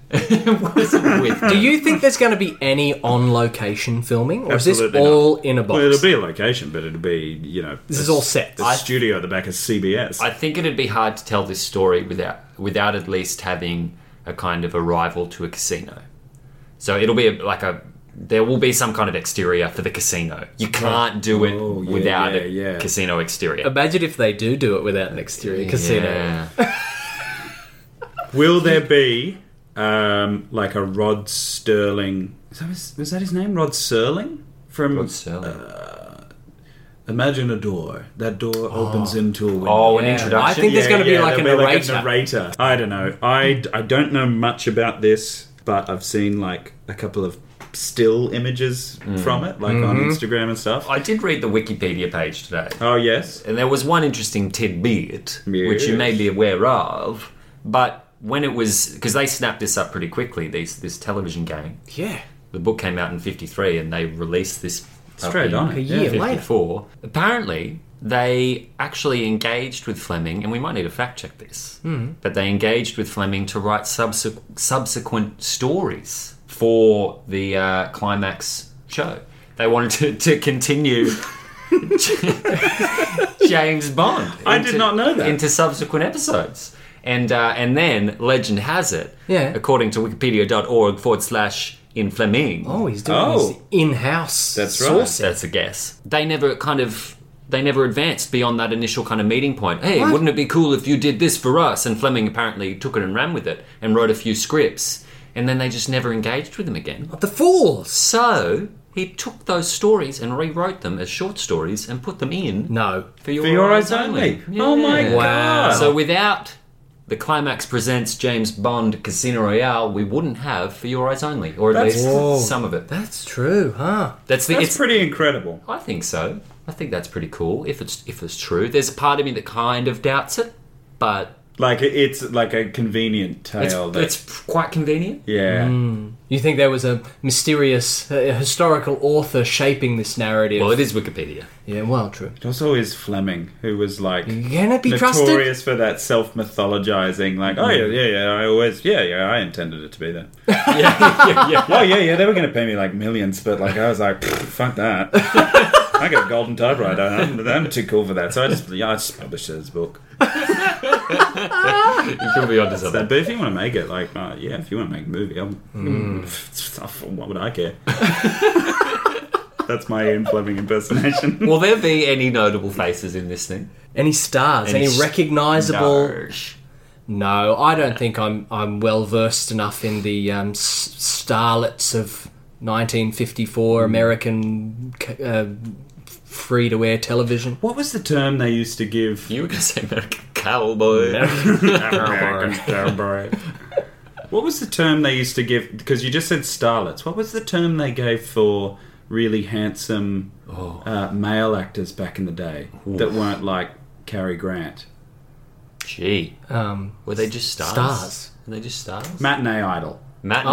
What is it with? Do you think there's going to be any on location filming, or Absolutely is not. this all in a box? Well, it'll be a location, but it'll be you know this is all set. the studio at the back of CBS. I think it'd be hard to tell this story without without at least having a kind of arrival to a casino. So it'll be a, like a there will be some kind of exterior for the casino. You can't do it Oh, yeah, without a yeah, yeah. casino exterior. Imagine if they do do it without an exterior casino. Yeah. Will there be um, like a Rod Sterling? Is that his, was that his name? Rod Serling from Rod Serling. Imagine a door. That door opens into a window. oh, an Yeah. introduction. I think there's going to be like a there'll narrator. narrator. I don't know. I, I don't know much about this, but I've seen like a couple of still images Mm. from it, like on Mm-hmm. Instagram and stuff. I did read the Wikipedia page today, oh yes. and there was one interesting tidbit which you may Yes. be aware of, but when it was because they snapped this up pretty quickly, these this television game. Yeah. the book came out in 53 and they released this Straight up on in it, yeah. A year later. 54 apparently they actually engaged with fleming and we might need to fact check this Hmm. but they engaged with fleming to write subse- subsequent stories for the uh, climax show they wanted to, to continue James Bond. I did not know that. Into subsequent episodes. And, uh, and then, legend has it, Yeah. according to wikipedia.org forward slash in Fleming. Oh, he's doing Oh. his in-house. That's right. sourcing. That's a guess. They never kind of they never advanced beyond that initial kind of meeting point. Hey, What? wouldn't it be cool if you did this for us? And Fleming apparently took it and ran with it and wrote a few scripts. And then they just never engaged with him again. The Fools. So he took those stories and rewrote them as short stories and put them in No. for your, For Your Eyes Only. Oh my Yeah. Wow. god. So without the climax presents James Bond Casino Royale, we wouldn't have for your eyes only, or at That's- least Whoa. some of it. That's true, huh? That's the That's it's pretty incredible. I think so. I think that's pretty cool if it's if it's true. There's a part of me that kind of doubts it, but Like it- it's like a convenient tale. it's, that- it's Mm. quite convenient. yeah. You think there was a mysterious uh, historical author shaping this narrative? Well, it is Wikipedia. yeah, well, true. It also is Fleming, who was like Can it be notorious trusted? for that self mythologizing. Like, oh yeah, yeah, yeah. I always, yeah, yeah. I intended it to be that. yeah, yeah, yeah. oh yeah, yeah. They were going to pay me like millions, but like I was like, "Pfft, fuck that. I got a golden typewriter. I'm, I'm too cool for that. So I just, yeah, I just published it as a book. You could be onto But something. if you want to make it, like, uh, yeah, if you want to make a movie, I'm, what would I care? That's my Ian Fleming impersonation. Will there be any notable faces in this thing? Any stars? Any, Any s- recognizable? No. No, I don't think I'm I'm well versed enough in the um, s- starlets of Hmm. 1954 American c- uh, free to air television. What was the term they used to give? You were going to say American Cowboy. What was the term they used to give? Because you just said starlets. What was the term they gave for really handsome Oh, uh, male actors back in the day that weren't like Cary Grant? Gee, Um, were they just stars? Stars. Were they just stars? Matinee idol. Matinee Oh,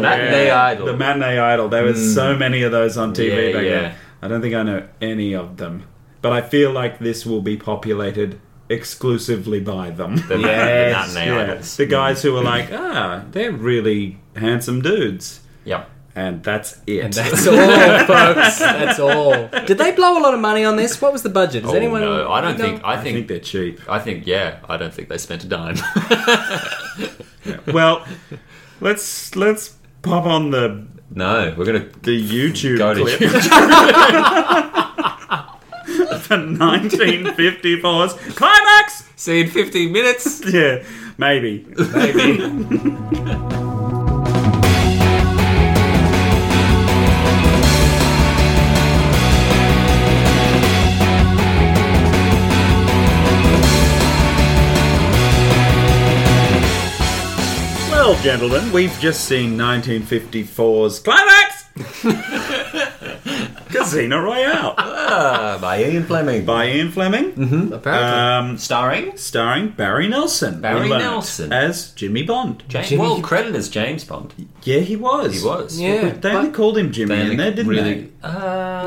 Matinee Idol. yeah, The matinee Yeah, Idol. Mm. The matinee idol. There was so many of those on TV Yeah, back yeah. then. I don't think I know any of them, but I feel like this will be populated exclusively by them. The ma- the Yes, matinee Yeah, idols. Mm. the guys who were like, ah, they're really handsome dudes, Yep. and that's it. and that's all, folks. That's all. Did they blow a lot of money on this? What was the budget? Does Oh, anyone? no, I don't you know? think. I I think think. they're cheap. I think. Yeah, I don't think they spent a dime. well, let's let's pop on the no, we're gonna the YouTube go clip to. for 1954's climax. See in 15 minutes. Yeah, maybe. Well, gentlemen, we've just seen 1954's climax Casino Royale Ah, by Ian Fleming. by Ian Fleming, Apparently. Uh, um, Starring starring Barry Nelson. Barry we learnt, Nelson. as Jimmy Bond. James. Jimmy- Well, credited as James Bond. Yeah, he was. He was. yeah. They only but- called him Jimmy in there, didn't they? Uh,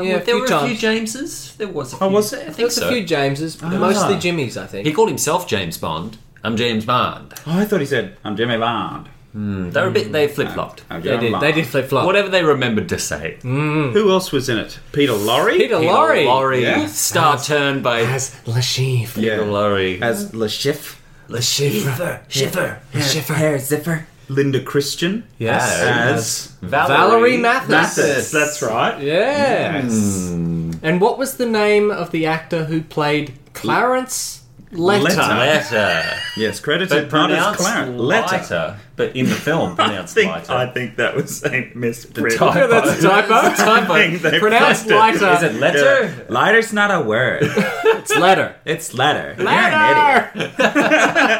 Yeah, well, a there few were a few times. Jameses. There was. A few. Oh, was there? I think there's so. Ah. a few Jameses, mostly Jimmys, I think. He called himself James Bond. I'm James Bond. Oh, I thought he said, I'm Jimmy Bond. They were a bit. They flip flopped. I'm they Jimmy did. Bond." They did flip flop. Whatever they remembered to say. Who else was in it? Peter Lorre? Peter Peter Lorre. Lorre, Yeah. star turned by As Lashif. Yeah. Peter Lorre. As Le Chiffre. Lashif. Shiver. Shiver. Hair Zipper. Linda Christian. Yes. As Valerie Mathis. Mathis. That's right. Yes. Yes. And what was the name of the actor who played Clarence Letter? Letter. Letter. Yes, But credited not as pronounced Clarence. Letter. Letter. But in the film, I pronounced think, Leiter. I think that was a misprint. typo. Yeah, that's a typo. I think they Pronounced flipped it. Leiter. Is it Letter? Lighter's not a word. It's letter. It's letter. You're an idiot. Letter.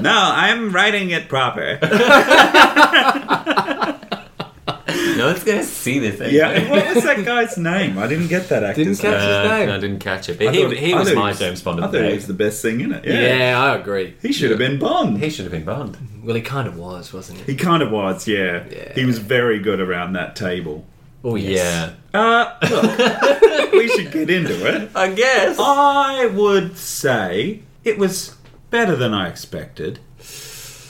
No, I'm writing it proper. No one's gonna see this. Anyway. yeah. What was that guy's name? I didn't get that Didn't actor's catch name. his Uh, name. no, I didn't catch it. But I he, thought- he I was thought my was- James Bond I of the thought he day. was the best thing in it. yeah. Yeah. I agree. He should have been Bond. He should have been Bond. Well, he kind of was, wasn't he? He kind of was, yeah. Yeah. He was very good around that table. Oh yes. Yeah. Uh, look, we should get into it. I guess. Oh, I would say it was better than I expected,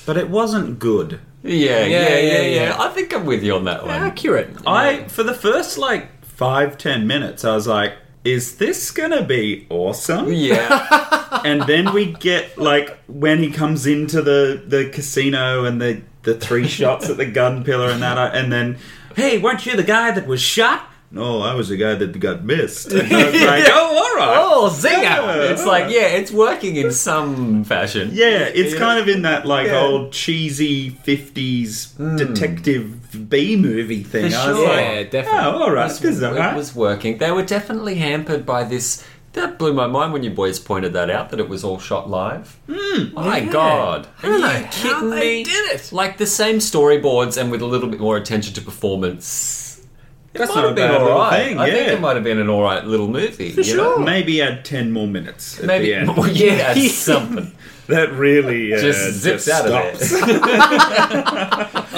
but it wasn't good. Yeah, yeah, yeah, Yeah, yeah, yeah, yeah. I think I'm with you on that one. Accurate. I, for the first like five, ten minutes, I was like, is this gonna be awesome? Yeah. and then we get like when he comes into the the casino and the the three shots at the gun pillar and that and then hey weren't you the guy that was shot no i was the guy that got missed and i was like oh all right oh, zinger! Yeah. It's like, yeah, it's working in some fashion. yeah it's kind of in that like Yeah. Hmm. old cheesy 50s detective b movie thing For i was sure. like Yeah, definitely. oh all right It was- this is all it right was working. They were definitely hampered by this. That blew my mind when you boys pointed that out that it was all shot live. my yeah. god! Are don't you know how kidding they me? did it. Like the same storyboards and with a little bit more attention to performance. It That's might not have a been bad little alright. thing, I think yeah. it might have been an alright little movie. For sure. maybe add 10 more minutes at Maybe the end. well, yeah, that's something that really uh, just zips just out stops. of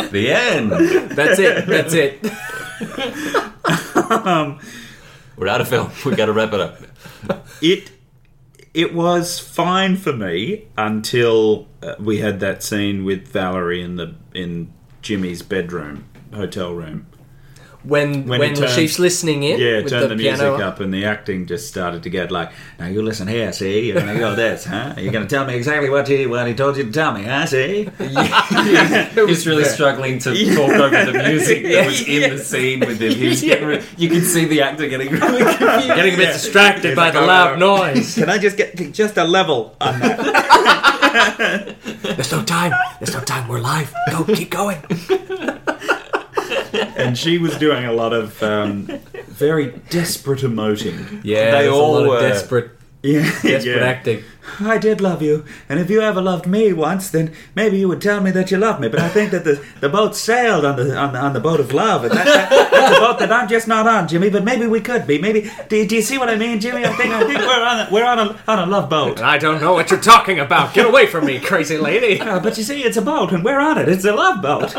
it. the end. That's it. That's it. We're out of film. We got to wrap it up. it it was fine for me until uh, we had that scene with Valerie in the in Jimmy's bedroom hotel room. When When when, he when turns- Chief's listening in. Yeah, with turned the, music piano. up and the acting just started to get like, now you listen here, see, you're gonna go this, huh? You're gonna tell me exactly what he what he told you to tell me, huh? See, He's really struggling to talk over the music that was in the scene with him. He was getting re- you could see the actor getting really confused. Getting a bit distracted by "Oh, the loud noise. can I just get just a level? on that? There's no time. There's no time. We're live. Go. Keep going. and she was doing a lot of um, very desperate emoting. Yeah. They there's all a lot were of desperate, Yeah, desperate acting. I did love you, and if you ever loved me once, then maybe you would tell me that you love me. But I think that the, the boat sailed on the on the, on the boat of love, and that, that, that's a boat that I'm just not on, Jimmy. But maybe we could be. Maybe do, do you see what I mean, Jimmy? I think I think we're on a, we're on a on a love boat. And I don't know what you're talking about. Get away from me, crazy lady. Uh, but you see, it's a boat, and we're on it. It's a love boat.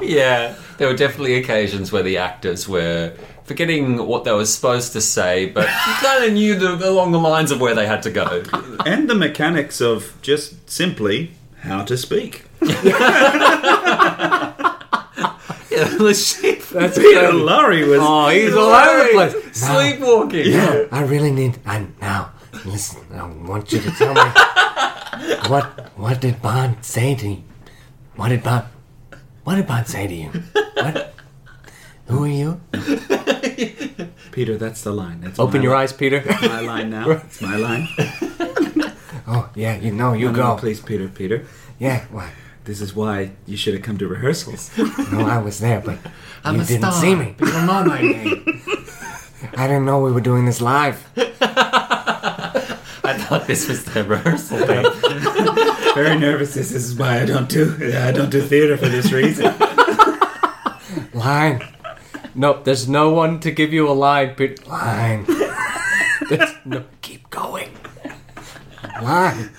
Yeah, there were definitely occasions where the actors were forgetting what they were supposed to say, but kind of knew the, along the lines of where they had to go. And the mechanics of just simply how to speak. Yeah, the sheep. That's Peter great. Lorre was Oh, he's all over the place. Sleepwalking. I really need. I now listen. I want you to tell me what what did Bond say to you? What did Bond? What did Bond say to you? What? Who are you? Peter. That's the line. That's Open my your line. eyes, Peter. My line now. It's my line. Oh yeah, you know you No, go. please, Peter. Peter. Yeah, what? This is why you should have come to rehearsals. No, I was there, but I'm you a didn't star. see me. People know my name. I didn't know we were doing this live. I thought this was the rehearsal day. Very nervous. This is why I don't do I don't do theater for this reason. Line. Nope, there's no one to give you a line, but line. There's no, keep going. Line.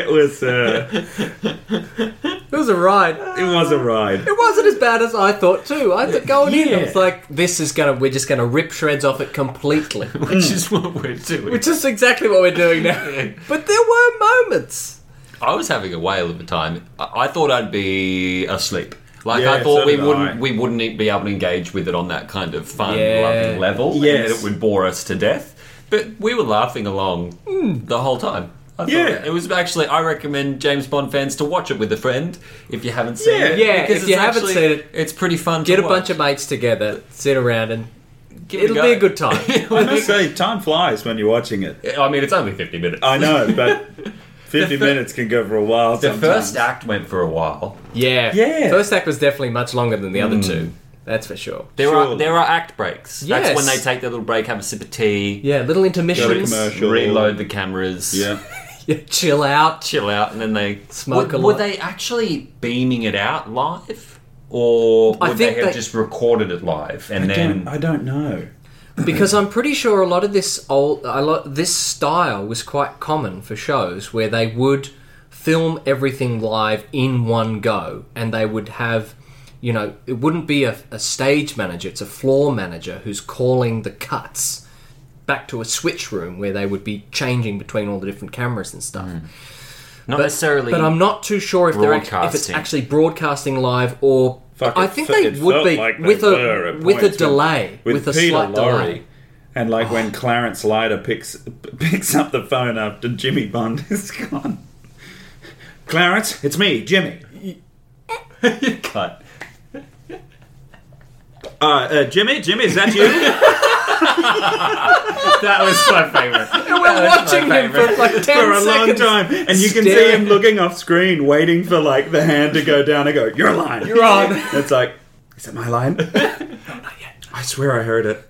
It was uh, It was a ride. it was a ride. It wasn't as bad as I thought too. I thought going in, I Yeah. was like, "This is gonna, we're just gonna rip shreds off it completely," which is what we're doing. which is exactly what we're doing now. But there were moments. I was having a whale of a time. I, I thought I'd be asleep. Like Yeah, I thought so we did wouldn't I. we wouldn't e-, be able to engage with it on that kind of fun Yeah. loving level, and that Yes. it would bore us to death. But we were laughing along Hmm. the whole time. I thought Yeah. it was actually. I recommend James Bond fans to watch it with a friend if you haven't seen Yeah. it. Yeah, because if it's you haven't actually- seen it, it's pretty fun. Get to a bunch watch. of mates together, sit around, and Give it it'll be a good time. I must say, time flies when you're watching it. go. I mean, it's only fifty minutes. Uh, I know, but fifty minutes can go for a while. the sometimes. first act went for a while. Yeah. Hmm. Yeah. First act was definitely much longer than the other two. That's for sure. There are Surely. there are act breaks. Yes. That's when they take their little break, have a sip of tea. Yeah, little intermissions. commercial. Sure. reload the cameras, Yeah. Yeah, chill out. chill out, and then they Smoke Were, a were lot. they actually beaming it out live, or would I they think have they- just recorded it live and I then? don't, I don't know. Because I'm pretty sure a lot of this old, a lot this style was quite common for shows where they would film everything live in one go, and they would have, you know, it wouldn't be a, a stage manager; it's a floor manager who's calling the cuts back to a switch room where they would be changing between all the different cameras and stuff. Mm. not But- necessarily. But I'm not too sure if they're act- if it's Broadcasting. actually broadcasting live or. Fuck, I it think fe- they it would felt be like they with were a at with a points delay, with, a Peter slight delay. Oh. Lorre. And like when Clarence Leiter picks p- picks up the phone after Jimmy Bond is gone. Clarence, it's me, Jimmy. cut. Uh, uh, Jimmy, Jimmy, is that you? That was my favorite. And we're That's my watching him for favourite. like ten For a long seconds. time, and you can see Staring. him looking off screen, waiting for like the hand to go down and go, "You're lying." You're on. It's like, is it my line? I swear I heard it.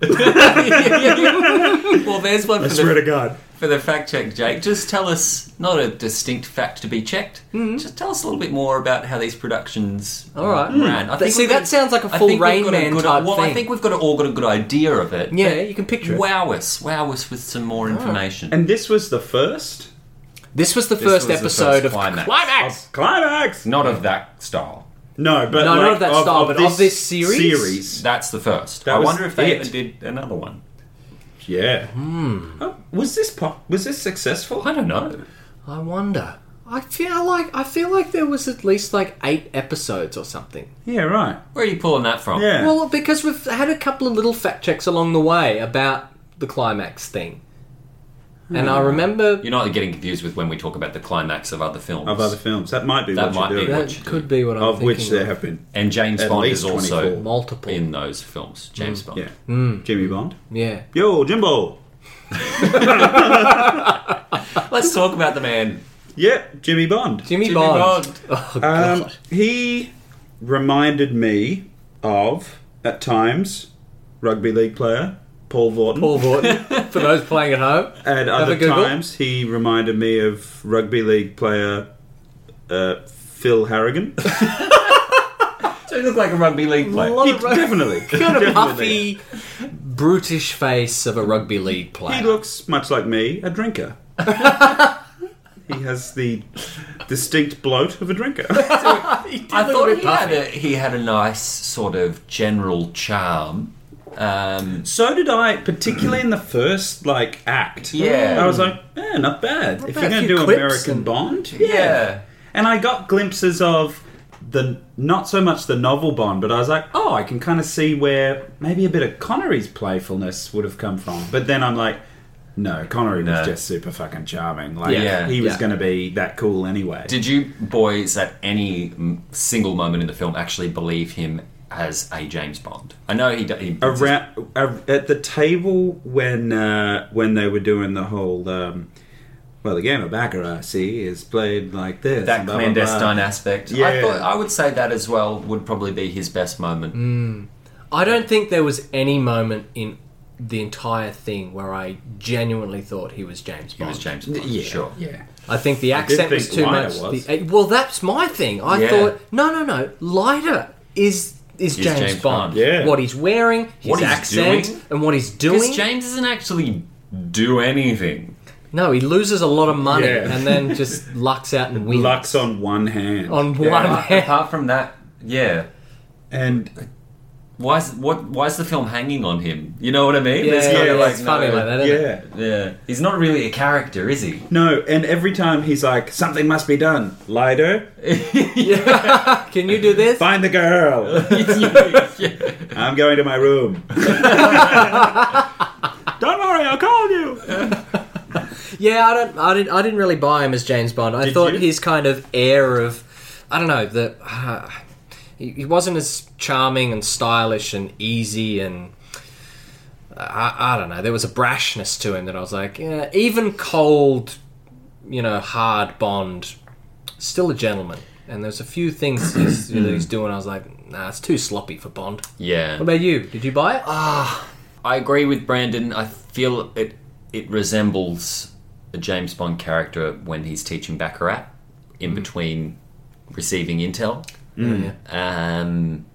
well, there's one for I swear to the, God. for the fact check, Jake. Just tell us not a distinct fact to be checked. Just tell us a little bit more about how these productions Mm-hmm. All right. Mm. ran. I think See, we've that got- sounds like a I full think we've Rain got a Man good- type well, I thing. think we've got all got a good idea of it. Yeah, you can picture it. Wow us, wow us with some more information. And this was the first This was the This first was the episode first of climax. climax. Not of that style. No, but No, like, not of that style, but of this series? Series, That's the first. That I was wonder if they it. ever did another one. yeah. Hmm. Oh, was this pop? Was this successful? I don't know. I wonder. I feel like I feel like there was at least like eight episodes or something. Yeah, right. Where are you pulling that from? Yeah. Well, because we've had a couple of little fact checks along the way about the climax thing, and Hmm. I remember You're not getting confused with when we talk about the climax of other films. of other films, that might be That what might you're be doing. what that you do. could be what I'm of thinking. which there of. have been and James At Bond least is also 24. multiple. in those films. James Bond. Yeah. Hmm. Jimmy Bond. Yeah. Yo, Jimbo. Let's talk about the man. Yep, Jimmy Bond. Jimmy, Jimmy Bond. Bond. Oh god. Um, he reminded me of at times rugby league player Paul Vorton. Paul Vorton. For those playing at home. At Have a other Google. times, he reminded me of rugby league player uh, Phil Harrigan. So he looked like a rugby league player. Lot He- of rug- definitely, kind of definitely. puffy, brutish face of a rugby league player. He looks much like me, a drinker. he has the distinct bloat of a drinker. I look a bit thought he had, a, he had a nice sort of general charm. Um, so did I, particularly in the first like act. Yeah. I was like, eh, not bad. if bad. you're A going to few do clips American and- Bond, yeah. And I got glimpses of the not so much the novel Bond, but I was like, oh, I can kind of see where maybe a bit of Connery's playfulness would have come from. But then I'm like, no, Connery No. was just super fucking charming. Like Yeah. he was Yeah. going to be that cool anyway. Did you boys at any m- single moment in the film actually believe him as a James Bond? I know he. d- he around ar- at the table when uh, when they were doing the whole um, well the game of baccarat see is played like this that and blah, blah, blah. clandestine aspect. I Yeah. thought I would say that as well would probably be his best moment. I don't think there was any moment in the entire thing where I genuinely thought he was James It Bond. was James Bond. Yeah. Sure. Yeah. I think the accent think was too lighter much. was. The- eh, well, that's my thing. I Yeah. thought no, no, no. Lighter is is Is James, James Bond. Bond. Yeah. What he's wearing, his What he's accent, doing. and what he's doing. Because James doesn't actually do anything. no, he loses a lot of money Yeah. and then just lucks out and wins Lux on one hand. on one Yeah. hand. Apart from that, yeah. And Why is what? Why is the film hanging on him? You know what I mean? Yeah, There's yeah, no, like, it's no- funny like that. Isn't yeah. Yeah, he's not really a character, is he? No, and every time he's like, something must be done. Lido, It? Can you do this? find the girl. yeah. I'm going to my room. Don't worry, I'll call you. Yeah, I don't, I didn't, I didn't really buy him as James Bond. I Did thought you? his kind of air of, I don't know, the uh, he, he wasn't as charming and stylish and easy and I, I don't know. There was a brashness to him that I was like, yeah, even cold, you know, hard Bond, still a gentleman. And there's a few things he's, that he's Mm. doing. I was like, nah, it's too sloppy for Bond. What about you? Did you buy it? I agree with Brandon. I feel it it resembles a James Bond character when he's teaching Baccarat in between receiving intel. Mm. Um,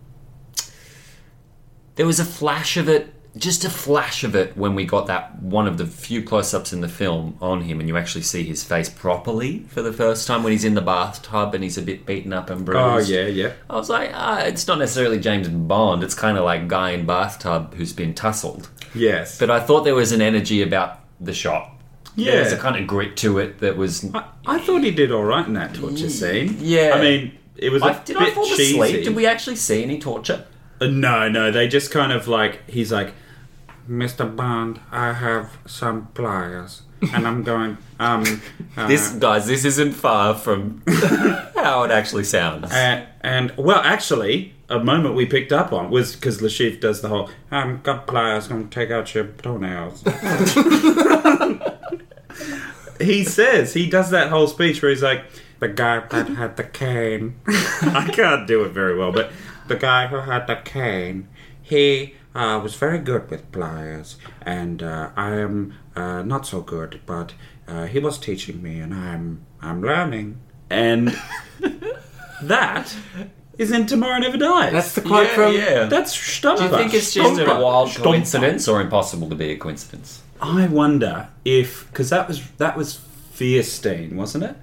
there was a flash of it, just a flash of it, when we got that one of the few close-ups in the film on him, and you actually see his face properly for the first time when he's in the bathtub and he's a bit beaten up and Oh, bruised. yeah, yeah. I was like, ah, it's not necessarily James Bond. It's kind of like guy in bathtub who's been tussled. Yes. But I thought there was an energy about the shot. There was Yeah. a kind of grit to it that was. I, I thought he did all right in that torture scene. yeah. I mean, it was a I, did bit I fall cheesy. asleep? Did we actually see any torture? Uh, No, no, they just kind of like he's like, Mr. Bond, I have some pliers, and I'm going um. Uh, This guys, this isn't far from how it actually sounds. and, and well, actually, a moment we picked up on was because Lashif does the whole um, got pliers, gonna take out your toenails. he says he does that whole speech where he's like the guy that had the cane. I can't do it very well, but the guy who had the cane, he uh, was very good with pliers, and uh, I am uh, not so good, but uh, he was teaching me, and I'm I'm learning, and that is in Tomorrow Never Dies. That's the quote Yeah, from. yeah. That's Stumper. Do you think it's just a Stumper. wild Stumper. coincidence or impossible to be a coincidence? I wonder if because that was that was Fierstein, wasn't it?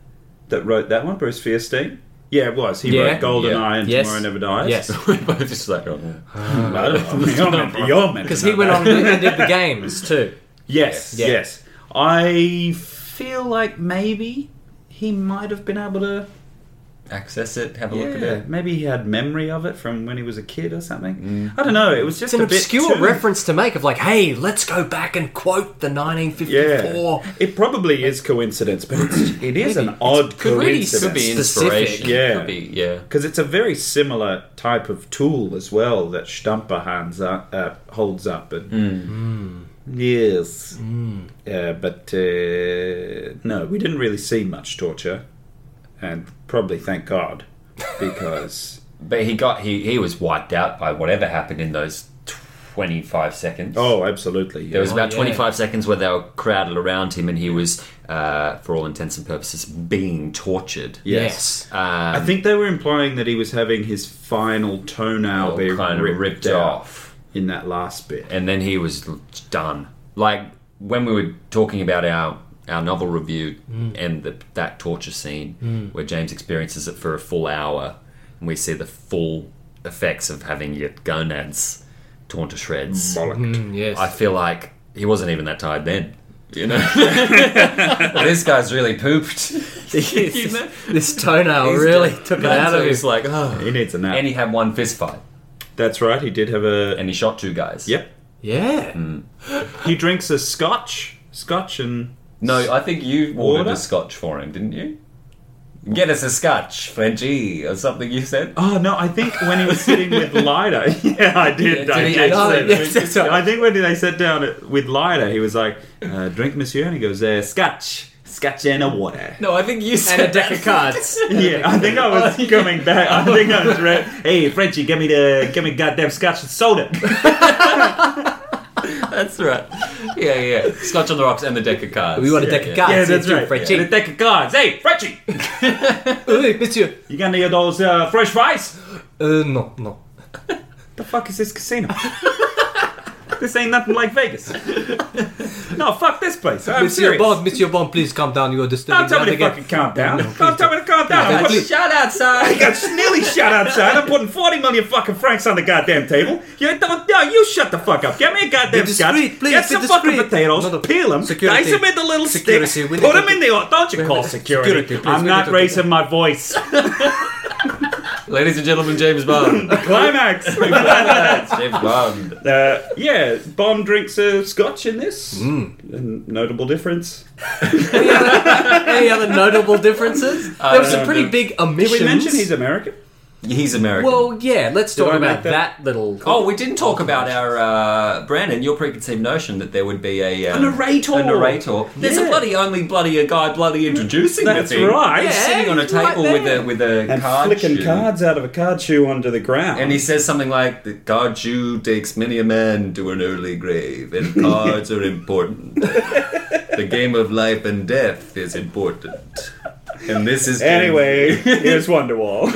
That wrote that one, Bruce Fierstein. Yeah, it was. He Yeah. wrote Golden Eye and Yes. Tomorrow Never Dies. Yes. We're both just like, oh. I don't know. You're meant to- you're meant to Because know he went that. on and did the games too. Yes, Yeah. yes. I feel like maybe he might have been able to. access it, have a look at Yeah, it. maybe he had memory of it from when he was a kid or something. I don't know. It was just Mm. It's an a bit obscure too- reference to make of like, hey, let's go back and quote the 1954. Yeah, it probably is coincidence, but it's, it is an odd could really coincidence. Could Could be be inspiration. Specific. Yeah. Could be, yeah. Because it's a very similar type of tool as well that Stumper hands up, uh, holds up. And, Mm. Mm. Yes. Uh, but uh, no, we didn't really see much torture. And probably thank God. Because. But he got he he was wiped out by whatever happened in those twenty five seconds. oh, absolutely. Yeah. There was Oh, about yeah. 25 seconds where they were crowded around him and he was, uh, for all intents and purposes, being tortured. Yes. Um, I think they were implying that he was having his final toenail be kind of ripped, ripped out off. in that last bit. And then he was l- done. Like, when we were talking about our, our novel review and the, that torture scene where James experiences it for a full hour and we see the full effects of having your gonads torn to shreds. Bollocked. Mm, yes. I feel like he wasn't even that tired then. You know, this guy's really pooped. You know? this toenail He's really done- took it done, out so of He's him. like, oh. He needs a nap. And he had one fist fight, That's right. He did have a. and he shot two guys. yep. Yeah. mm. He drinks a scotch, scotch and No, I think you ordered Water? a scotch for him, didn't you? Get us a scotch, Frenchie, or something. You said. oh no, I think when he was sitting with Lyda, yeah, I did. Yeah, I did did he Oh, actually say drink that. his scotch? I think when they sat down at- with Lyda, he was like, uh, "Drink, Monsieur," and he goes, uh, "Scotch, scotch and a water." No, I think you said. And a deck of cards. Yeah, I think I was Oh, coming back. I think I was right. Hey, Frenchie, get me the, get me goddamn scotch and soda. That's right. Yeah, yeah. Scotch on the rocks and the deck of cards. We want a Yeah, deck of yeah. cards. Yeah, here that's too, right. Frenchie. And a deck of cards. Hey, Frenchie! Oi, monsieur. You got any of those uh, fresh fries? Uh, no, no. The fuck is this casino? this ain't nothing like Vegas. No, fuck this place. I'm Monsieur serious. Bond, Monsieur Bond, please calm down. You are disturbing Don't tell the me to other fucking game. calm down. Don't tell me to calm down. I'm Please. putting- Shout outside. I got nearly shot outside. I'm putting 40 million fucking francs on the goddamn table. You don't, no, you shut the fuck up. Get me a goddamn Be scotch. discreet, please, Get be some fucking discreet. potatoes, No, no. peel them, Security. dice them into little Security, sticks, we put need them to- in the... Don't you call security. Security, please, we I'm need not to- raising my voice. Ladies and gentlemen, James Bond. Climax. That's James Bond. Uh, yeah, Bond drinks a scotch in this. Mm. Notable difference. Any other notable differences? there was some no, pretty no. big Did omissions. we mention he's American? He's American. well, yeah, let's talk I about make that? that? little. Oh, we didn't talk about our uh, Brandon. Your preconceived notion that there would be a, uh, A narrator. A narrator. There's a Yeah. bloody only bloody a guy bloody introducing the That's thing. right. He's sitting on a he's right table with a there. with a And card flicking shoe. cards out of a card shoe onto the ground. And he says something like, "The card shoe takes many a man to an early grave, and cards are important. the game of life and death is important." And this is Anyway, here's Wonderwall.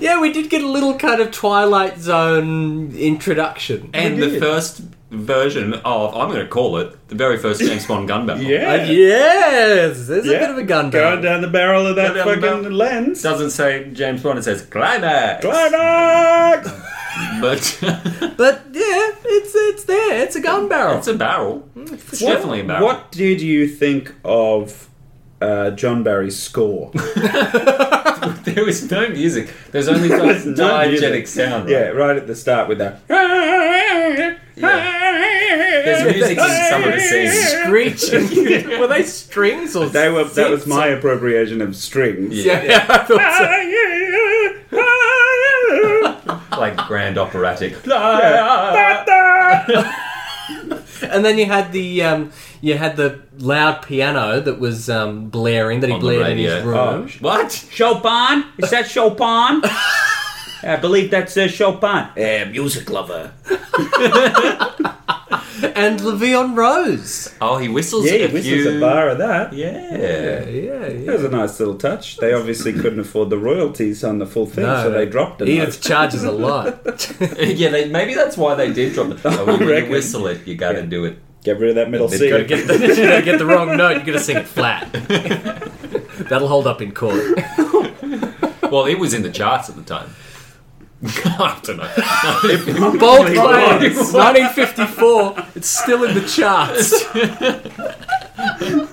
Yeah, we did get a little kind of Twilight Zone introduction. and We the did. first version of I'm going to call it the very first James Bond gun battle. yeah. Uh, yes, there's a Yeah. bit of a gun Going down the barrel of that Going down the fucking barrel. lens. doesn't say James Bond. It says climax. Climax! But But yeah, it's it's there. It's a gun barrel. it's a barrel. Mm. It's definitely a barrel. What did you think of uh, John Barry's score? There was no music. There's only There's di- no diegetic music. sound. Yeah, Right? right at the start with that. There's music in some of the scenes. Screeching. Were they strings or They were, that was zits? my appropriation of strings. Yeah, yeah, I thought so. Like grand operatic. And then you had the um, you had the loud piano that was um, blaring that he On the blared in radio. his room. Oh. What? Chopin? Is that Chopin? I believe that's uh, Chopin. Uh, music lover. And Levion Rose. Oh, he whistles Yeah, a he whistles few. a bar of that. Yeah. Yeah, That yeah. was a nice little touch. They obviously couldn't afford the royalties on the full thing, so they dropped it. Edith charges a lot. yeah they, maybe that's why they did drop it. Oh, when you reckon. whistle it, you gotta do it. Get rid of that middle They've C. gotta get you don't get the wrong note, you're going to sing it flat. That'll hold up in court. Well, it was in the charts at the time. I don't know. Bold claim, 1954. It's still in the charts.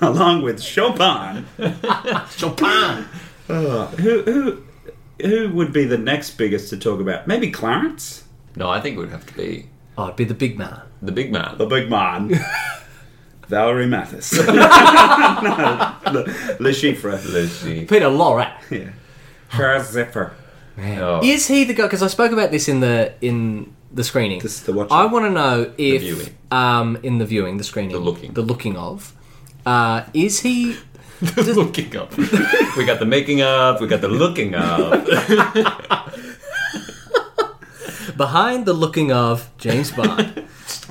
along with Chopin. Uh, Chopin. Who who who would be the next biggest to talk about? Maybe Clarence, No, I think it would have to be Oh, it'd be the big man. the big man. the big man. Valerie Mathis. no, Le, Le Chiffre. Lucy. Peter Lorre. Yeah. Her zipper. Oh. Is he the guy? Because I spoke about this in the in the screening. This is the watch. I want to know if viewing. um in the viewing, the screening, the looking. the looking of, uh, is he? looking up. we got the making up, we got the looking up. Behind the looking of James Bond,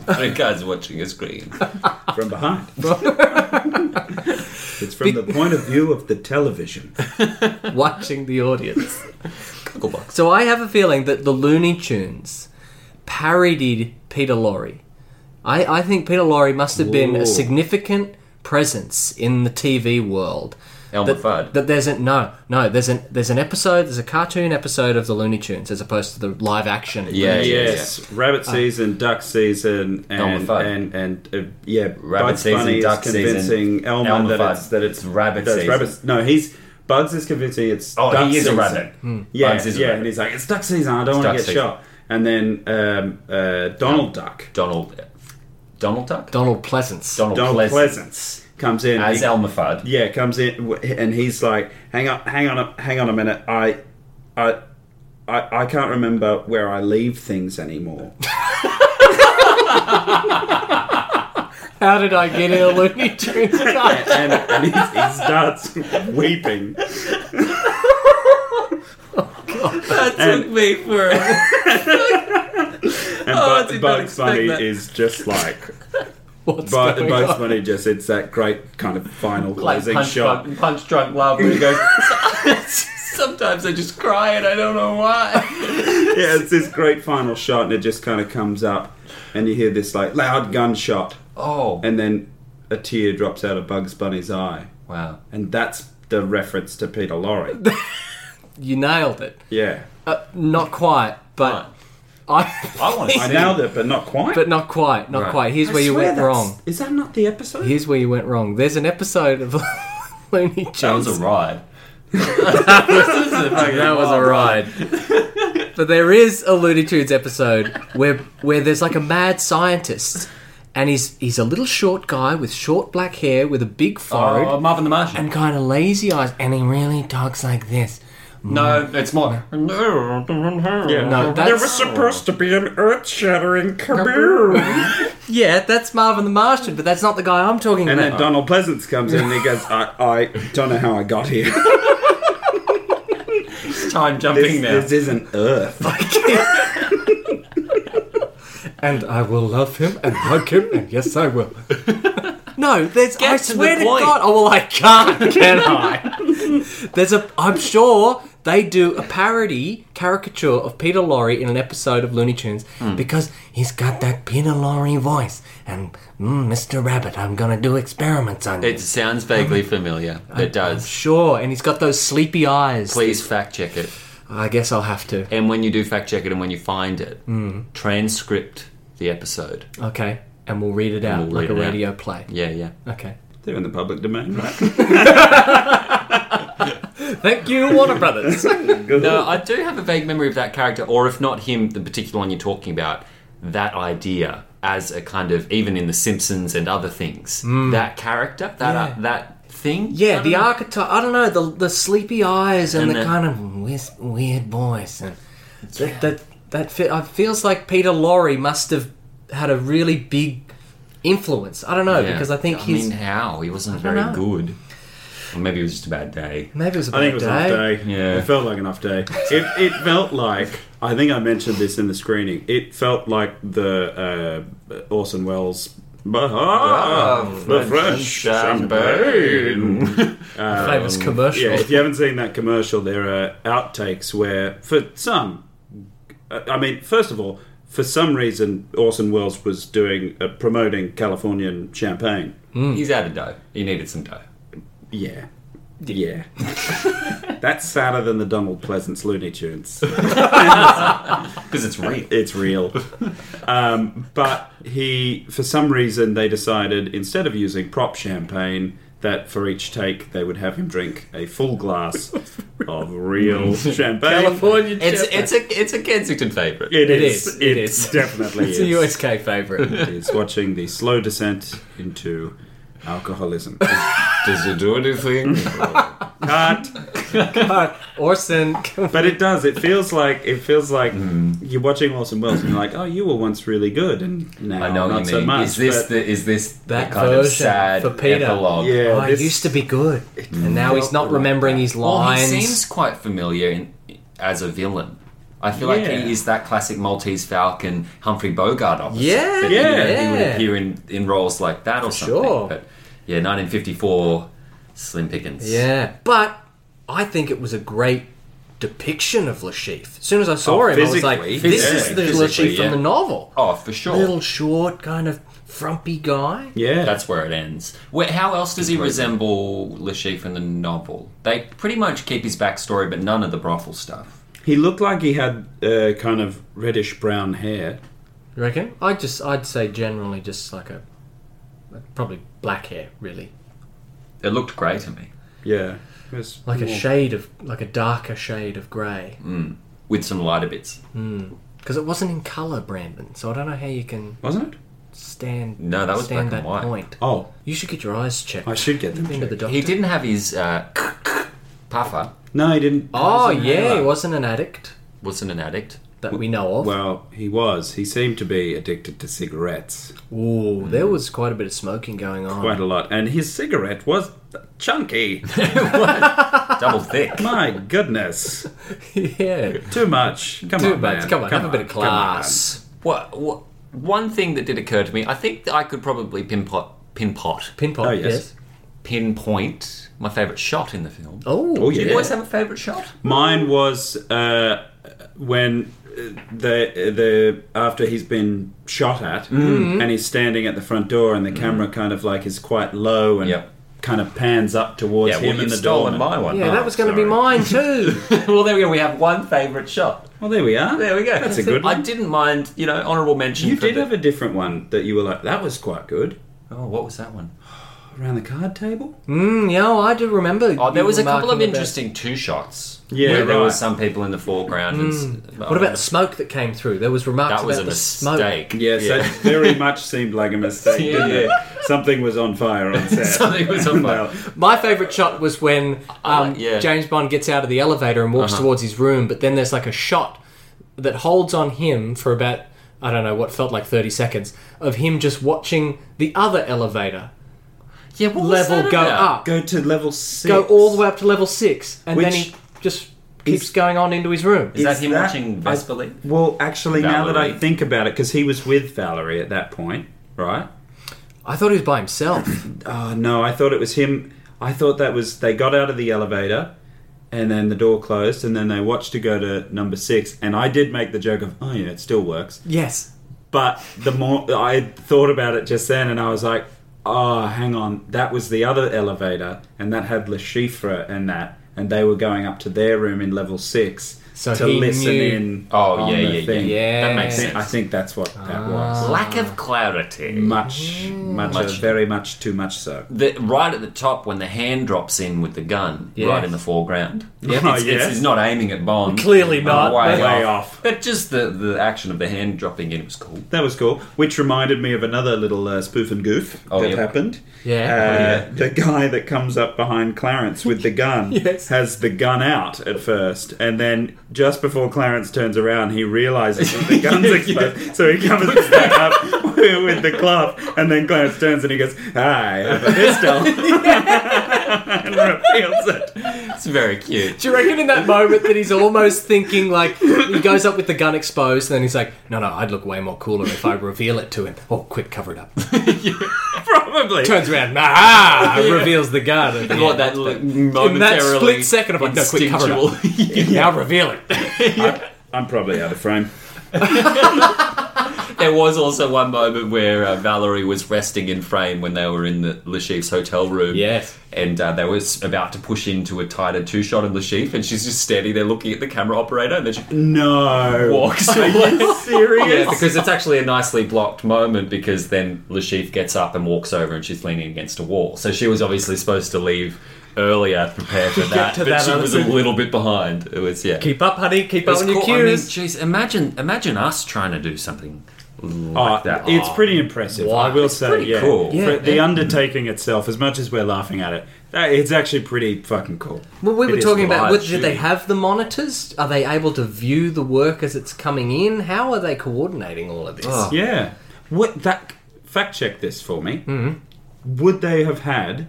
The guy's watching a screen. From behind. it's from the point of view of the television. watching the audience. Gogglebox. So I have a feeling that the Looney Tunes parodied Peter Lorre. I, I think Peter Lorre must have been Ooh. a significant presence in the TV world. Elmer that, Fudd. that there's a no, no. There's an there's an episode. There's a cartoon episode of the Looney Tunes as opposed to the live action. Yeah, Looney Tunes. yeah, Yes, rabbit season, duck season, Elmer and Fudd. and and uh, yeah, Rabbit Bugs season, Bunny duck is season, convincing Elmer, Elmer that Fudd. it's that it's, It's rabbit that it's season. rabbits- No, he's Bugs is convincing it's Oh, duck he is a season. rabbit. Yeah, Bugs is a yeah, rabbit. and he's like it's duck season. I don't want duck to get season. shot. And then um, uh, Donald Duck, Donald. Donald Duck? Donald Pleasance. Donald, Donald Pleasant. Pleasance comes in. As He- Elmer Fudd. yeah, comes in w- and he's like, "Hang on, hang on, a- hang on a minute. I, I, I, I can't remember where I leave things anymore." How did I get in a Looney Tunes cartoon? and, and he, he starts weeping. That took me for a And Oh, I Bu- did not Bugs expect Bunny that. is just like What's Bu- going Bugs on? Bunny just it's that great kind of final Like closing punch shot. drunk, punch drunk love where he goes. Sometimes I just cry and I don't know why. Yeah, it's this great final shot, and it just kind of comes up, and you hear this like loud gunshot, Oh and then a tear drops out of Bugs Bunny's eye, wow! and that's the reference to Peter Lorre. You nailed it. Yeah, Uh, not quite, but I. I want to I see. nailed it, but not quite. But not quite, not Right. quite. Here's I where you swear went that's- wrong. Is that not the episode? Here's where you went wrong. There's an episode of Looney Tunes. That was a ride. That was a ride. but there is a Looney Tunes episode where where there's like a mad scientist, and he's he's a little short guy with short black hair with a big forehead Oh, Marvin the Martian. and kind of lazy eyes, and he really talks like this. no, it's more. yeah. No, that's supposed to be an earth-shattering kaboom. yeah, that's Marvin the Martian, but that's not the guy I'm talking And then about. Donald Pleasance comes in and he goes, I, I don't know how I got here. time This, jumping now. this isn't Earth. and I will love him and hug him, and yes, I will. No, there's. I to the swear to, point. God. Oh well, I can't, can I? there's a. I'm sure they do a parody caricature of Peter Lorre in an episode of Looney Tunes because he's got that Peter Lorre voice. And mm, Mr. Rabbit, I'm gonna do experiments on you. It sounds vaguely familiar. It oh, does. sure, and he's got those sleepy eyes. Please fact check it. I guess I'll have to. And when you do fact check it and when you find it, Hmm. transcript the episode. Okay, and we'll read it out we'll like read a it out. radio play. Yeah, yeah. Okay. They're in the public domain, right? Thank you, Warner Brothers. No, I do have a vague memory of that character, or if not him, the particular one you're talking about, that idea as a kind of, even in The Simpsons and other things, that character, that, uh, Hmm. Yeah. that thing. Yeah, I the don't know. archetype. I don't know the the sleepy eyes and, And the, the- kind of wis- weird voice and that that that fe- uh, feels like Peter Lorre must have had a really big influence. I don't know Yeah. because I think I he's mean, how? He wasn't don't very know. good. Or maybe it was just a bad day. maybe it was a I think it was an bad off day. day. Yeah. It felt like an off day. It, it felt like, I think I mentioned this in the screening, it felt like the uh, Orson Welles. Ah, the French champagne. Famous commercial. um, Yeah, if you haven't seen that commercial, there are outtakes where, for some, uh, I mean, first of all, for some reason, Orson Welles was doing uh, promoting Californian champagne. Hmm. He's out of dough. He needed some dough. Yeah. Yeah. That's sadder than the Donald Pleasance Looney Tunes. Because it's real. It's real. Um, but he, for some reason, they decided instead of using prop champagne, that for each take they would have him drink a full glass of real champagne. California It's chip. it's a it's a Kensington favourite. It is, is. it It's is. definitely It's is. a USK favorite. It is watching the slow descent into alcoholism. Does it do anything? Cut. but Orson, But it does. It feels like it feels like you're watching Orson Welles, and you're like, "Oh, you were once really good, and now I know not what you so mean. much." is this but the is this That the kind of version sad for Peter. epilogue? Yeah. oh, this- he used to be good, and now he's not like remembering his Well, he lines. seems quite familiar in, as a villain. I feel like Yeah. he is that classic Maltese Falcon, Humphrey Bogart opposite. Yeah, that, you know, yeah. He would appear in, in roles like that or something. sure. But yeah, 1954, Slim Pickens. Yeah, but I think it was a great depiction of Lashif. As soon as I saw Oh, him, I was like, physically, "This yeah. is the Physically, Lashif from yeah. the novel." Oh, for sure. Little short, kind of frumpy guy. yeah, That's where it ends. Where, how else does he resemble Lashif in the novel? They pretty much keep his backstory, but none of the brothel stuff. he looked like he had uh, kind of reddish brown hair. You reckon? I just, I'd say generally just like a, like probably black hair, really, It looked grey to me, Yeah, It was like a Mm. more- shade of, like a darker shade of grey, with some lighter bits. because it wasn't in color, Brandon. So I don't know how you can wasn't it? stand. No, that was stand black and that white. point. Oh, You should get your eyes checked. I should get them. Been to the checked. doctor. He didn't have his uh, puffer. No, he didn't. Oh an yeah, he addict. wasn't an addict. Wasn't an addict. that we know of. Well, he was. He seemed to be addicted to cigarettes Ooh, there was quite a bit of smoking going on. Mm. quite a lot, and his cigarette was chunky. Double thick. My goodness, yeah. too much. Come Too on, much. man. Come on, have a bit of come on. class. What, what, one thing that did occur to me, I think that I could probably pinpot, pinpot, Pinpot, Oh, yes. yes. pinpoint my favourite shot in the film. Oh, Oh yeah. Do you always have a favourite shot? Mine was uh, when uh, the the after he's been shot at, Mm-hmm. and he's standing at the front door, and the camera kind of like is quite low and Yep. kind of pans up towards Yeah, well, him you've and the stolen door. my one. Oh, Yeah, that was going to be sorry. mine too. well, there we go. We have one favourite shot. Well, there we are. There we go. That's a good I one. didn't mind, you know, honourable mention. You for did the- have a different one that you were like, that was quite good. Oh, what was that one? Around the card table? mm, yeah, I do remember. Oh, there you was a couple of remarking about- interesting two shots. Yeah, where there right. was some people in the foreground. And, s- What about the Oh. smoke that came through? There was remarks that was a about the mistake? Yes, that very much seemed like a mistake. Yeah, didn't it? Something was on fire on set. Something was on fire. smoke. My favourite shot was when um, like- yeah. James Bond gets out of the elevator and Uh-huh. walks towards his room, but then there's like a shot that holds on him for about I don't know what felt like thirty seconds of him just watching the other elevator Yeah, what was level that go about? up, Go to level six. go all the way up to level six, and then Which he just keeps going on into his room. Is that him watching Vespa League? Well, actually, now that I Valerie. think about it, because he was with Valerie at that point, right? I thought he was by himself. Oh, no, I thought it was him. I thought that was. They got out of the elevator, and then the door closed, and then they watched to go to number six. And I did make the joke of, oh, yeah, it still works. yes. But the more I thought about it just then, and I was like, oh, hang on, that was the other elevator, and that had Le Chiffre and that, and they were going up to their room in level six So to he listen knew- in. Oh, on yeah, the yeah, yeah, thing. Yeah. That makes I think, I sense. think that's what Ah. that was. Lack of clarity. Much, much, uh, very much, too much so. the, right at the top when the hand drops in with the gun, right in the foreground. Yeah, Oh, it's, it's- yes. it's not aiming at Bond. Clearly not. Uh, Way, Way off. off. But just the, the action of the hand dropping in was cool. That was cool. Which reminded me of another little uh, spoof and goof Oh, that yeah. happened. Yeah. Uh, The guy that comes up behind Clarence with the gun Yes. has the gun out at first, and then just before Clarence turns around, he realizes that the gun's exposed. So he comes back up with the club, and then Clarence turns and he goes, "I have a pistol," and reveals it. It's very cute. Do you reckon in that moment that he's almost thinking like he goes up with the gun exposed and then he's like, no, no, I'd look way more cooler if I reveal it to him. Oh, quick, cover it up. Probably. Turns around, ah, reveals the gun. And What that like, momentarily in that split second, I'm like, no, quick, cover it up. instinctual- Now reveal it. I'm probably out of frame. there was also one moment where uh, Valerie was resting in frame when they were in the Le Chiffre's hotel room. Yes. And uh, they were s- about to push into a tighter two shot of Le Chiffre, and she's just standing there looking at the camera operator, and then she No. walks Are you serious? Yeah, because it's actually a nicely blocked moment because then Lashif gets up and walks over and she's leaning against a wall. So she was obviously supposed to leave earlier prepared for that, to but that she other was a thing. little bit behind. It was yeah. Keep up, honey. Keep It up was on your cool. I mean, cues. jeez, imagine imagine us trying to do something Oh, like that. It's pretty impressive. Wow. I will It's say, pretty yeah. cool. For Yeah. the undertaking itself, as much as we're laughing at it, that, it's actually pretty fucking cool. Well, we It were is talking about live whether did they shooting. have the monitors? Are they able to view the work as it's coming in? How are they coordinating all of this? Yeah. What that? Fact check this for me. Mm-hmm. Would they have had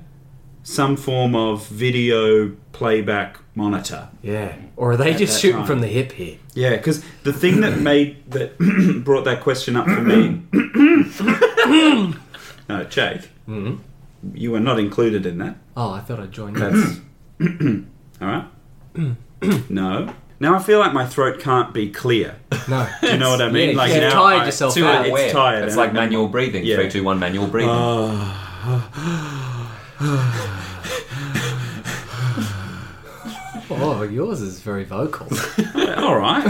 some form of video playback monitor? Yeah. Or are they just Mm. that shooting time. from the hip here? Yeah, because the thing that made that brought that question up for me. no, Jake, Mm-hmm. you were not included in that. Oh, I thought I'd join you. That's all right. no. Now I feel like my throat can't be clear. No. Do you know what I mean? Yeah, like you've now tired I- yourself too out. It's aware. It's, tired, and like I'm- manual breathing. Yeah. Uh, Three, two, one. Manual breathing. Oh, yours is very vocal. All right.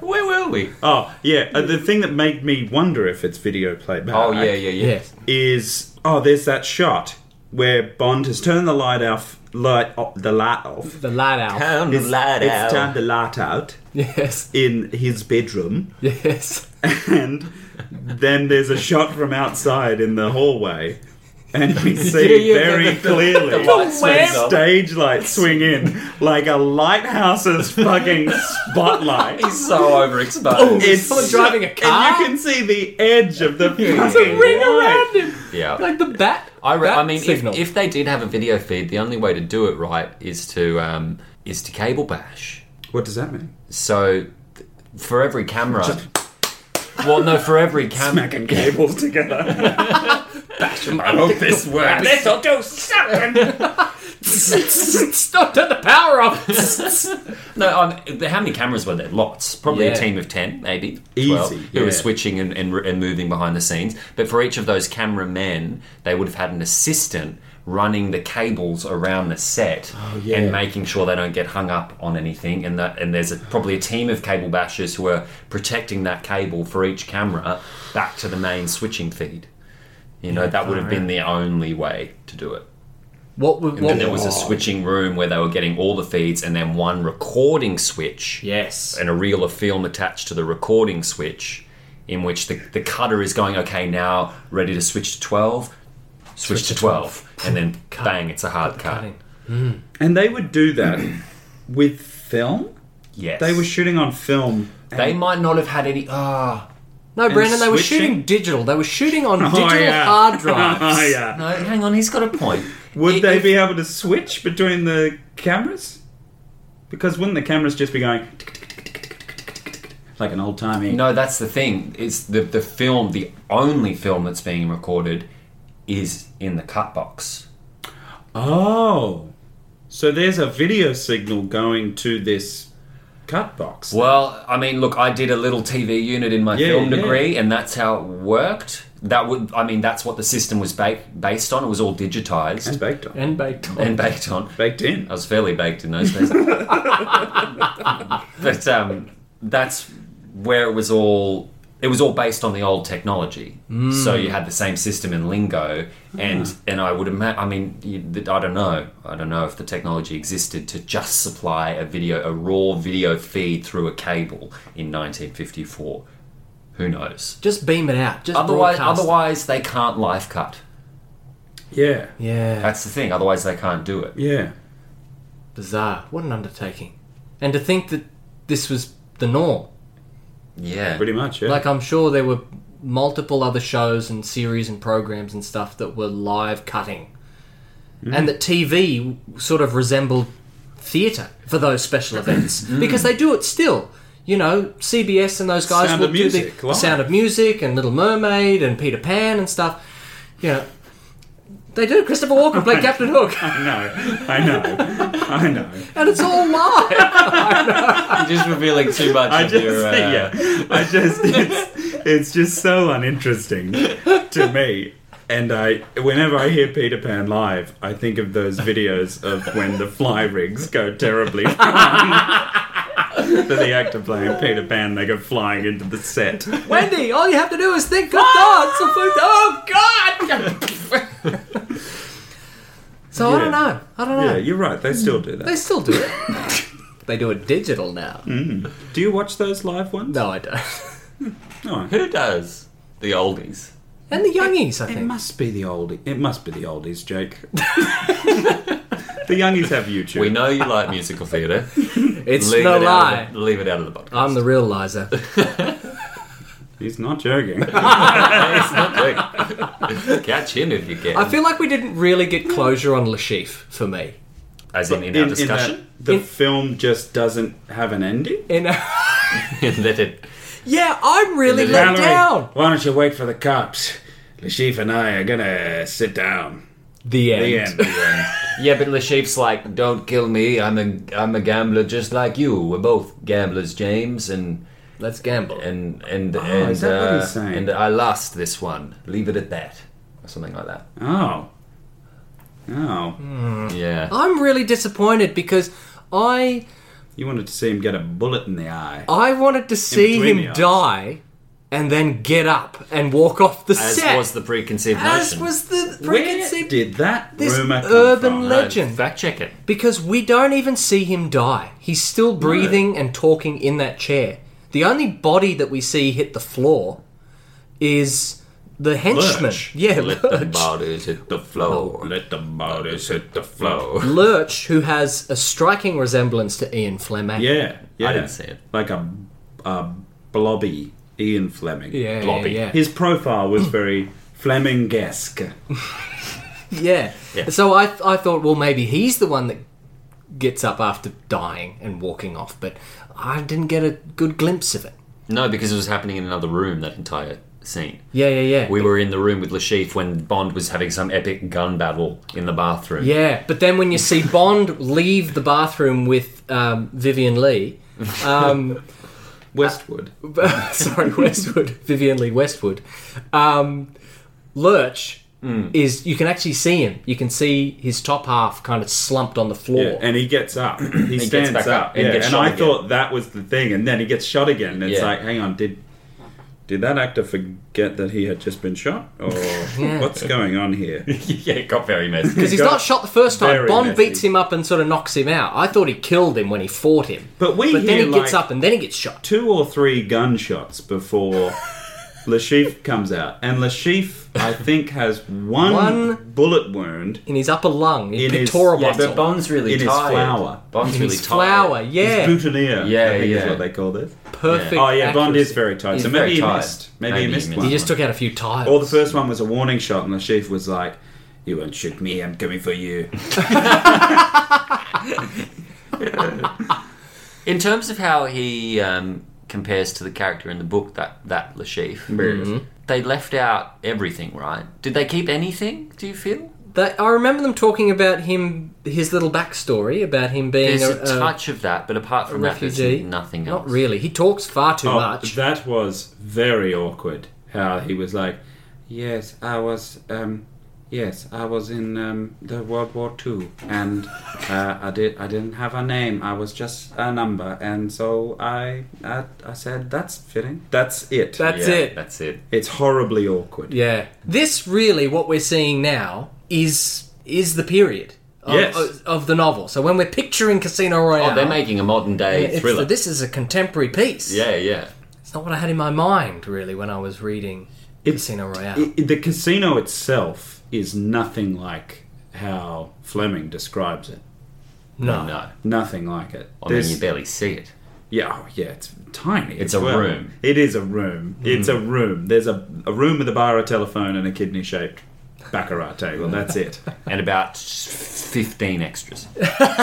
Where were we? Oh yeah. uh, The thing that made me wonder if it's video playback. Oh yeah, yeah, yeah. yes. Is oh, there's that shot where Bond has turned the light off. Light off the light off. The light out. Turn the light it's out. turned the light out Yes. in his bedroom. Yes. and then there's a shot from outside in the hallway and we see yeah, yeah, very the- the- clearly lights the swings up. stage lights swing in like a lighthouse's fucking spotlight. He's so overexposed. It's someone driving a car? And you can see the edge of the fucking There's a ring light. around him, yeah. like the bat. I, re- bat I mean, if, signal. if they did have a video feed, the only way to do it right is to um, is to cable bash. What does that mean? So th- for every camera, well, no, for every camera, Smacking cables together. I hope this works. This'll do something. Stop! Turn the power off. No, I'm, how many cameras were there? Lots. Probably Yeah. a team of 10, maybe. Easy, 12, Who yeah. were switching and, and, and moving behind the scenes. But for each of those cameramen, they would have had an assistant running the cables around the set Oh, yeah. and making sure they don't get hung up on anything. And that, and there's a, probably a team of cable bashers who are protecting that cable for each camera back to the main switching feed. You know, that would have been the only way to do it. What? would- And What? then there was a switching room where they were getting all the feeds and then one recording switch yes. and a reel of film attached to the recording switch in which the, the cutter is going, okay, now ready to switch to 12, switch, to 12. And then bang, it's a hard cut. cutting. and they would do that with film? Yes. They were shooting on film. They might not have had any. Ah. No, Brandon. They were switching? shooting digital. They were shooting on Oh, digital yeah. hard drives. Oh, yeah. no, hang on, he's got a point. Would If- they if- be able to switch between the cameras? Because wouldn't the cameras just be going tick, tick, tick, tick, tick, tick, tick, tick, tick, like an old timey? No, that's the thing. It's the, the film, the only film that's being recorded is in the cut box. Oh, so there's a video signal going to this cut box. Well, I mean, look, I did a little TV unit in my Yeah, film yeah. degree, and that's how it worked. That would, I mean, that's what the system was ba- based on. It was all digitized It's baked on, And baked on. and baked on. baked in. Oh. I was fairly baked in those days, but um, that's where it was all. It was all based on the old technology, Mm. so you had the same system in lingo, and and I would imagine. I mean, you, th- I don't know. I don't know if the technology existed to just supply a video, a raw video feed through a cable in 1954. Who knows? Just beam it out. Just Otherwise, broadcast. otherwise they can't live cut. Yeah, Yeah. That's the thing. Otherwise, they can't do it. yeah. Bizarre. What an undertaking. And to think that this was the norm. Yeah. Pretty much, yeah. Like, I'm sure there were multiple other shows and series and programs and stuff that were live cutting. Mm-hmm. And that TV sort of resembled theatre for those special events. Mm. Because they do it still. You know, CBS and those guys Sound will of Music, do the live. Sound of Music and Little Mermaid and Peter Pan and stuff. You know, they do. Christopher Walken played Captain Hook. I know, I know, I know. And it's all live. You're just revealing too much I of just, your. Uh, yeah, I just, it's, it's just so uninteresting to me. And I, whenever I hear Peter Pan live, I think of those videos of when the fly rigs go terribly wrong. For the actor playing Peter Pan, they go flying into the set. Wendy, all you have to do is think good thoughts. of food- Oh God! so I Yeah. don't know. I don't know. Yeah, you're right. They still do They that. still do it. they do it digital now. Mm. Do you watch those live ones? No, I don't. No. Who does the oldies? And the youngies, I It think. must be the oldies. It must be the oldies, Jake. the youngies have YouTube. We know you like musical theatre. It's Leave, no it out lie. of the, leave it out of the podcast. I'm the real Liza. He's not joking. It's not Jake. Catch him if you can. I feel like we didn't really get closure on Lashif for me. As in, in, in, our in that discussion, the In- film just doesn't have an ending. And, that, it, yeah, I'm really In the let down. why don't you wait for the cops? Lashif and I are gonna sit down. The end. The end. yeah, but Lashif's like, "Don't kill me. I'm a I'm a gambler just like you. We're both gamblers, James, and Let's gamble. and and and Oh, is that what uh, he's saying? and I lost this one. Leave it at that, or something like that. oh. Oh. Yeah, I'm really disappointed because I You wanted to see him get a bullet in the eye. I wanted to see between the him eyes. die and then get up and walk off the as set. was the preconceived as notion. was the Where preconceived did that this rumor come urban from? le- No, legend. fact check it. because we don't even see him die. He's still breathing and talking in that chair. The only body that we see hit the floor is the henchman. Lurch. Yeah, Let the Lurch. bodies hit the floor. Let the bodies hit the flow. Lurch, who has a striking resemblance to Ian Fleming. Yeah, yeah. I didn't see it. Like a, a blobby Ian Fleming. Yeah, Blobby. yeah, yeah. His profile was very Fleming-esque. Yeah. So I, I thought, well, maybe he's the one that gets up after dying and walking off, but I didn't get a good glimpse of it. No, because it was happening in another room, that entire scene. Yeah, yeah, yeah. We were in the room with Lashif when Bond was having some epic gun battle in the bathroom. yeah, but then when you see Bond leave the bathroom with um, Vivian Lee, um, Westwood. sorry, Westwood, Vivian Lee Westwood, um, Lurch Hmm. is, you can actually see him. You can see his top half kind of slumped on the floor. Yeah, and he gets up. He gets stands back up. up and yeah, gets and shot I again. thought that was the thing, and then he gets shot again. And it's Yeah. like, hang on, did did that actor forget that he had just been shot, or what's going on here? yeah, it got very messy. Because he's not shot the first time. Very Bond messy. beats him up and sort of knocks him out. I thought he killed him when he fought him. But we But hear then he gets like up and then he gets shot. two or three gunshots before Lashif comes out, and Lashif I think has one, One- bullet wound In his upper lung, in in his pectoral yeah, muscle. but Bond- Bond's really It is tired. flower. Bond's in really his tired. flower, yeah. his boutonniere. Yeah, I think is yeah. what they call this. Perfect. Oh yeah, Bond is accuracy. very tight. He's so maybe very he tight. missed. Maybe, Maybe he he missed missed. one. He just took out a few tiles. Or the first one was a warning shot, and the chief was like, "You won't shoot me. I'm coming for you." In terms of how he um, compares to the character in the book, that that Lashif, Mm-hmm. they left out everything, right? Did they keep anything? Do you feel? That- I remember them talking about him, his little backstory about him being There's a, a, touch of that, but apart a from that, there's uh, refugee. nothing else. Not really. He talks far too Oh, much. That was very awkward. How he was like, "Yes, I was. Um, yes, I was in um, the World War Two, and uh, I did. I didn't have a name. I was just a number, and so I, I, I said that's fitting. That's it. That's Yeah, it. That's it. it's horribly awkward. Yeah. This really, what we're seeing now is is the period. Of, Yes. of, of the novel. So when we're picturing Casino Royale, Oh, they're making a modern day it's- thriller. this is a contemporary piece. yeah, yeah. It's not what I had in my mind, really, when I was reading Casino Royale. I- the casino itself is nothing like how Fleming describes it. no. No. Nothing like it. I There's- mean, you barely see it. Yeah, oh, yeah, it's tiny. Mm-hmm. It's as a well. room. It is a room. It's a room. There's a, a room with a bar, a telephone, and a kidney shaped baccarat table. That's it. And about 15 extras.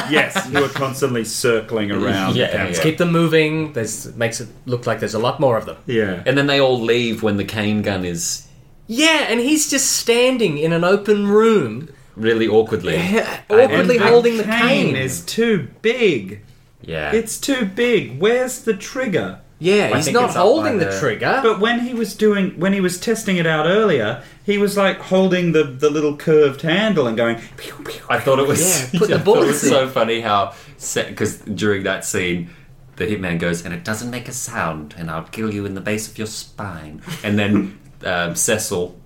yes, you are constantly circling around. Yeah, And- yeah. Keep them moving. There's makes it look like there's a lot more of them. yeah. And then they all leave when the cane gun is Yeah, and he's just standing in an open room, really awkwardly. And awkwardly holding the cane. is too big. Yeah. It's too big. Where's the trigger? yeah, he's think not it's up holding by the the- trigger. But when he was doing, when he was testing it out earlier, he was like holding the, the little curved handle and going. Pew, pew. I thought it was. Yeah, put the I thought It bullets was so funny how, because during that scene, the hitman goes, and it doesn't make a sound, and I'll kill you in the base of your spine. And then um, Cecil. Um,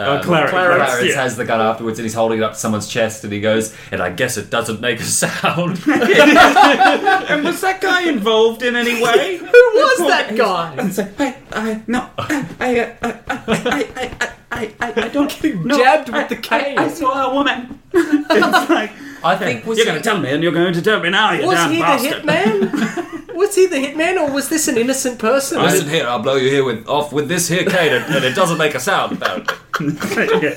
Oh, Clarence, Clarence yeah. has the gun afterwards, and he's holding it up to someone's chest, and he goes, "And I guess it doesn't make a sound." And was that guy involved in any way? Who was that guy? It's like, I, I, no, I, I, uh, I, I, I, I, I, I don't no, Jabbed with I- the I- cane. I, saw a woman. it's like, I think was you're he- going to tell me, and you're going to tell me now, you Was damn he bastard. the hitman? was he the hitman, or was this an innocent person? Listen here, I'll blow you here with off with this here cane, and, and it doesn't make a sound. Apparently, yeah.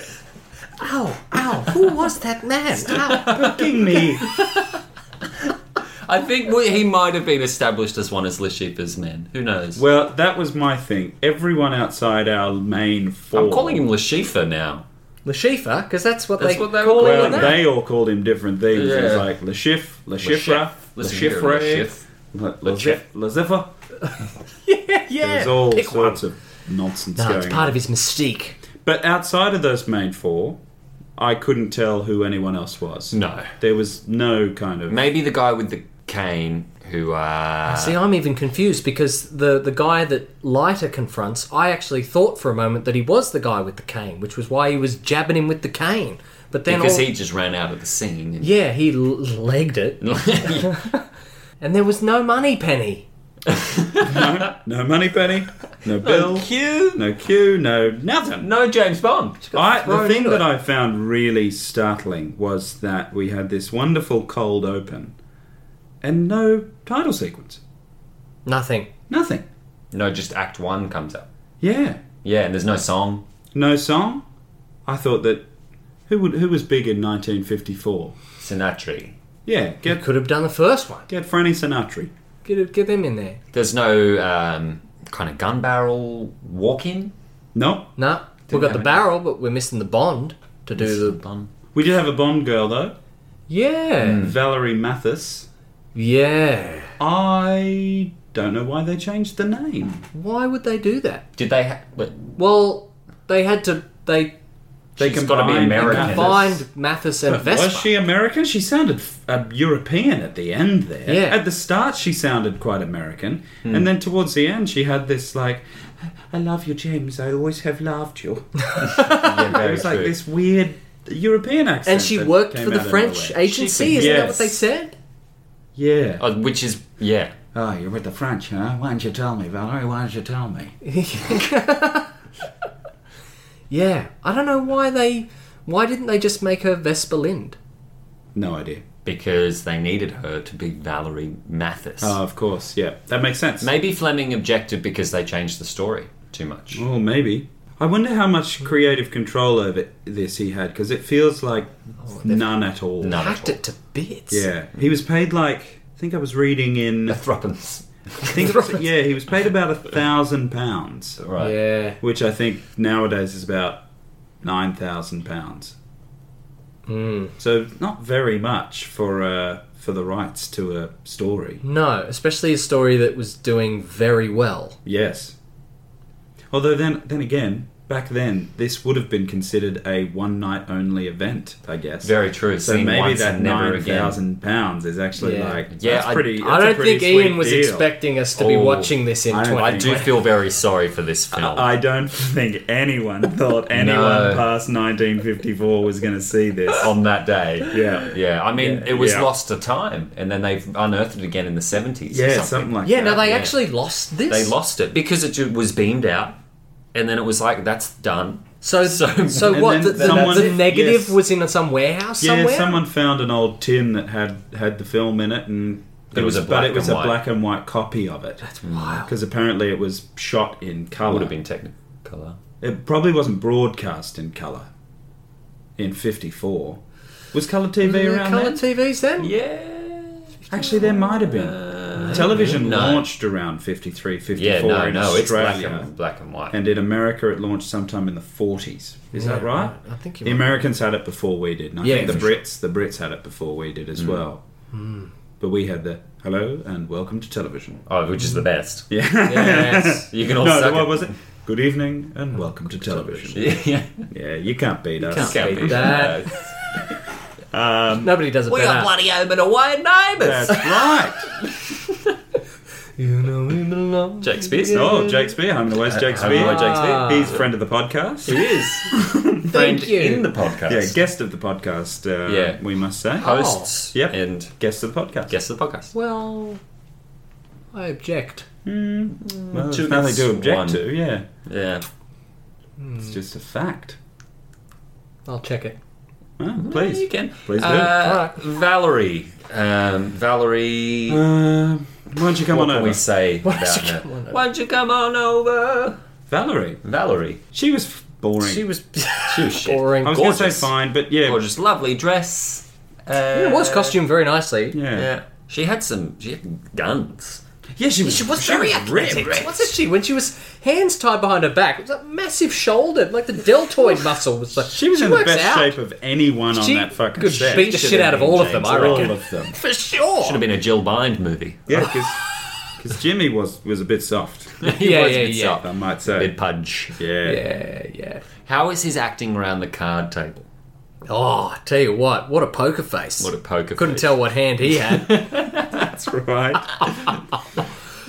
Ow, ow! Who was that man? Ow. Fucking me. I think we, he might have been established as one of Lishipa's men. Who knows? Well, that was my thing. Everyone outside our main four. I'm calling him Lishifa now. Lashifa, because that's what That's they what they call were him Well, calling him. now. they all called him different things. It was Yeah. like Lashif, Lashifra, Listen here, Lashifre, Lashif. Lashif, Lazifa. Yeah, There's all pick one. sorts of nonsense No, it's going on. part of his mystique. But outside of those main four, I couldn't tell who anyone else was. No. There was no kind of. Maybe the guy with the cane who uh See, I'm even confused because the, the guy that Leiter confronts, I actually thought for a moment that he was the guy with the cane, which was why he was jabbing him with the cane. But then, because all- he just ran out of the scene. and- yeah, he l- legged it, and there was no money penny. No money penny, no bill, Q. no Q, no nothing. No James Bond. I, the thrown thing into it. that I found really startling was that we had this wonderful cold open and no title sequence. Nothing. Nothing. No, just Act One comes up. Yeah. Yeah, and there's no song. No song. I thought that who would who was big in 1954? Sinatra. Yeah, You get could have done the first one. get Franny Sinatra. Get, get them in there. There's no um, kind of gun barrel walk in. No, No, we've got have the it. barrel, but we're missing the Bond to do the. we did have a Bond girl though, Yeah. Hmm. Valerie Mathis. Yeah. I don't know why they changed the name. Why would they do that? Did they? Ha- but Well, they had to. They They She's gotta be combined American. Mathis. find Mathis and Vespa. Was she American? She sounded f- uh, European at the end there. Yeah. At the start, she sounded quite American. Hmm. And then towards the end, she had this, like, I love you, James. I always have loved you. yeah, it very was like true. this weird European accent. and she that worked came for the out of French nowhere. agency. She- Isn't that yes. what they said? Yeah. Oh, which is yeah. Oh, you're with the French, huh? Why didn't you tell me, Valerie? Why didn't you tell me? Yeah. I don't know why they. Why didn't they just make her Vespa Lind? No idea. because they needed her to be Valerie Mathis. Oh, of course. Yeah. That makes sense. Maybe Fleming objected because they changed the story too much. Oh, maybe. I wonder how much creative control over this he had, because it feels like Oh, none at all. None. Not at Hacked all. it to bits. Yeah, he was paid like I think I was reading in. A threepence. I think- yeah, he was paid about a thousand pounds, Right. Yeah. which I think nowadays is about nine thousand pounds. Hmm. So not very much for uh, for the rights to a story. No, especially a story that was doing very well. Yes. Although then then again, back then this would have been considered a one night only event, I guess. Very true. So Seen maybe once that and never nine again. thousand pounds is actually Yeah. like Yeah, that's I- pretty. I that's a don't pretty think Ian sweet was deal. expecting us to be Oh, watching this in I don't 20. I do feel very sorry for this film. I don't think anyone thought anyone No. past 1954 was going to see this. on that day. Yeah. Yeah, I mean, Yeah. it was Yeah. lost to time, and then they've unearthed it again in the 70s. or Yeah, something. something, like Yeah, that. no, they yeah. actually lost this. They lost it because it ju- was beamed out, and then it was like, that's done. So, So- so, And what? then The, the- someone- the negative yes. was in some warehouse Yeah, somewhere. someone found an old tin that had had the film in it, and it, was a but black it was a and white. black and white copy of it. That's wild. Because apparently it was shot in color. Would have been Technicolor. It probably wasn't broadcast in color. In 54, was color TV Were there around colour then? TVs then? Yeah. Actually, there might have been. Uh, Television No. launched around 53, 54 Yeah, no, in no, it's black Australia. and, black and white. and in America it launched sometime in the 40s. Is that Yeah, right? I think The you're right. Americans had it before we did. And I Yeah, think the for sure. Brits, the Brits had it before we did Hmm. as well. But we had the hello and welcome to television. oh, which is the best. Yeah. Yes. You can all no, suck what it. was it? Good evening and welcome to television. yeah. Yeah, you can't beat us. can't. Can't Beat be that. that. Nobody does it We are better. bloody home and away neighbours. That's right. You know we belong. Jake Spears. Oh, Jake Spear. Home and Away's Jake Home and Spear. Away, Jake Spear. He's friend of the podcast. He is. Friend you. in the podcast. Yeah, guest of the podcast, uh, Yeah. we must say. Oh. Hosts. Yep. And Guest of the podcast. guests of the podcast. Well, I object. Well, there's Two nothing to guests, object one. to, yeah. Yeah. It's just a fact. I'll check it. Well, Please. You please. can. Please do. Uh, Valerie. Um, Mm, Valerie. Um, why don't you come what on can over? we say Why don't about you her? come on over? Why don't you come on over? Valerie. Valerie. She was f- boring. She was, she was shit. Boring. I was going to say fine, but yeah. Gorgeous. Lovely dress. Uh, It was costumed very nicely. Yeah. yeah. Yeah. She had some. She had guns. she was, She was very athletic. ripped. Wasn't she? When she was hands tied behind her back, it was a massive shoulder, like the deltoid muscle was like. She was in the works best out. shape of anyone on She that fucking could set. beat the shit out of all of them, I All reckon. of them. for sure. Should have been a Jill Bind movie. Yeah, because Jimmy was, was a bit soft, yeah, was a yeah, bit yeah, soft. I might Bit say. pudge. Yeah. yeah, yeah. How is his acting around the card table? Oh, I tell you what, what a poker face. What a poker Couldn't face. tell what hand he had. That's right.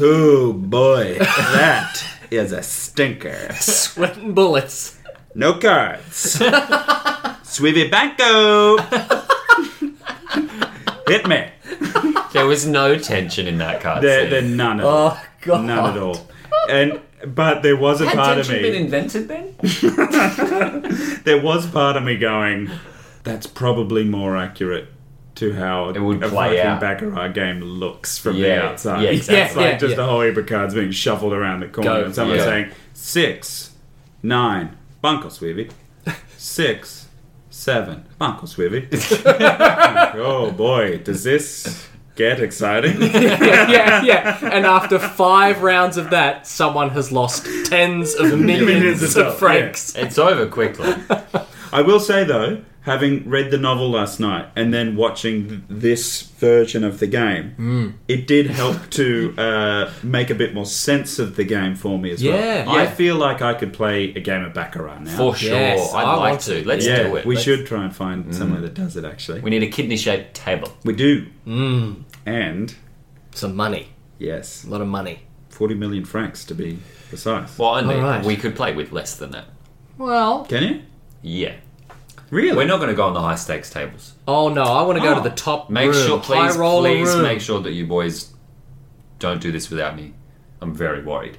oh, boy. That is a stinker. Sweating bullets. No cards. Sweetie Banco. Hit me. There was no tension in that card There, scene. there none of Oh, God. None at all. And but there was a part Had of been me. invented then? there was part of me going, "That's probably more accurate." To how it would a play fucking out. Baccarat game looks from the Yeah, outside. yeah, exactly. It's like Yeah, just yeah. a whole heap of cards being shuffled around the corner, Go, and someone yeah. saying six, nine, Bunko Sweevy, six, seven, Bunko Sweevy. oh boy, does this get exciting? Yeah, yeah, yeah. And after five rounds of that, someone has lost tens of millions, Millions of, of dollars, francs. It's over quickly. I will say though, having read the novel last night and then watching th- this version of the game, Mm. it did help to uh, make a bit more sense of the game for me as Yeah. well. I Yeah. feel like I could play a game of Baccarat now. For sure. Yes, I'd I like want to. to. Let's yeah, do it. we Let's- Mm. should try and find somewhere that does it. Actually, We need a kidney shaped table. we do. Mm. And Some money. yes, A lot of money. forty million francs to be precise. Well, only All right. we could play with less than that. Well, Can you Yeah. really? We're not going to go on the high stakes tables. oh no, I want to go to Oh. the top Make room. sure, please, High roller please room. make sure that you boys don't do this without me. I'm very worried.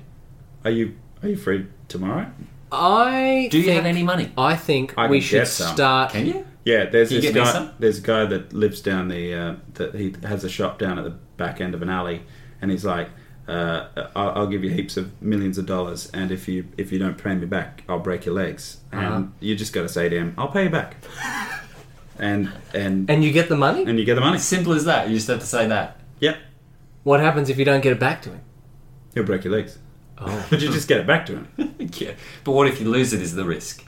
Are you are you free tomorrow? I Do you think, Oh, have any money? I think I we can should get some. start. Can you? Yeah, there's Can you this get me guy. some? There's a guy that lives down the uh, that he has a shop down at the back end of an alley, and he's like, uh, I'll, "I'll give you heaps of millions of dollars, and if you if you don't pay me back, I'll break your legs." Uh-huh. And you just got to say to him, "I'll pay you back," and and And you get the money. and you get the money. Simple as that. You just have to say that. Yep, What happens if you don't get it back to him? he'll break your legs. Oh. But you just get it back to him. yeah. But what if you lose it is the risk?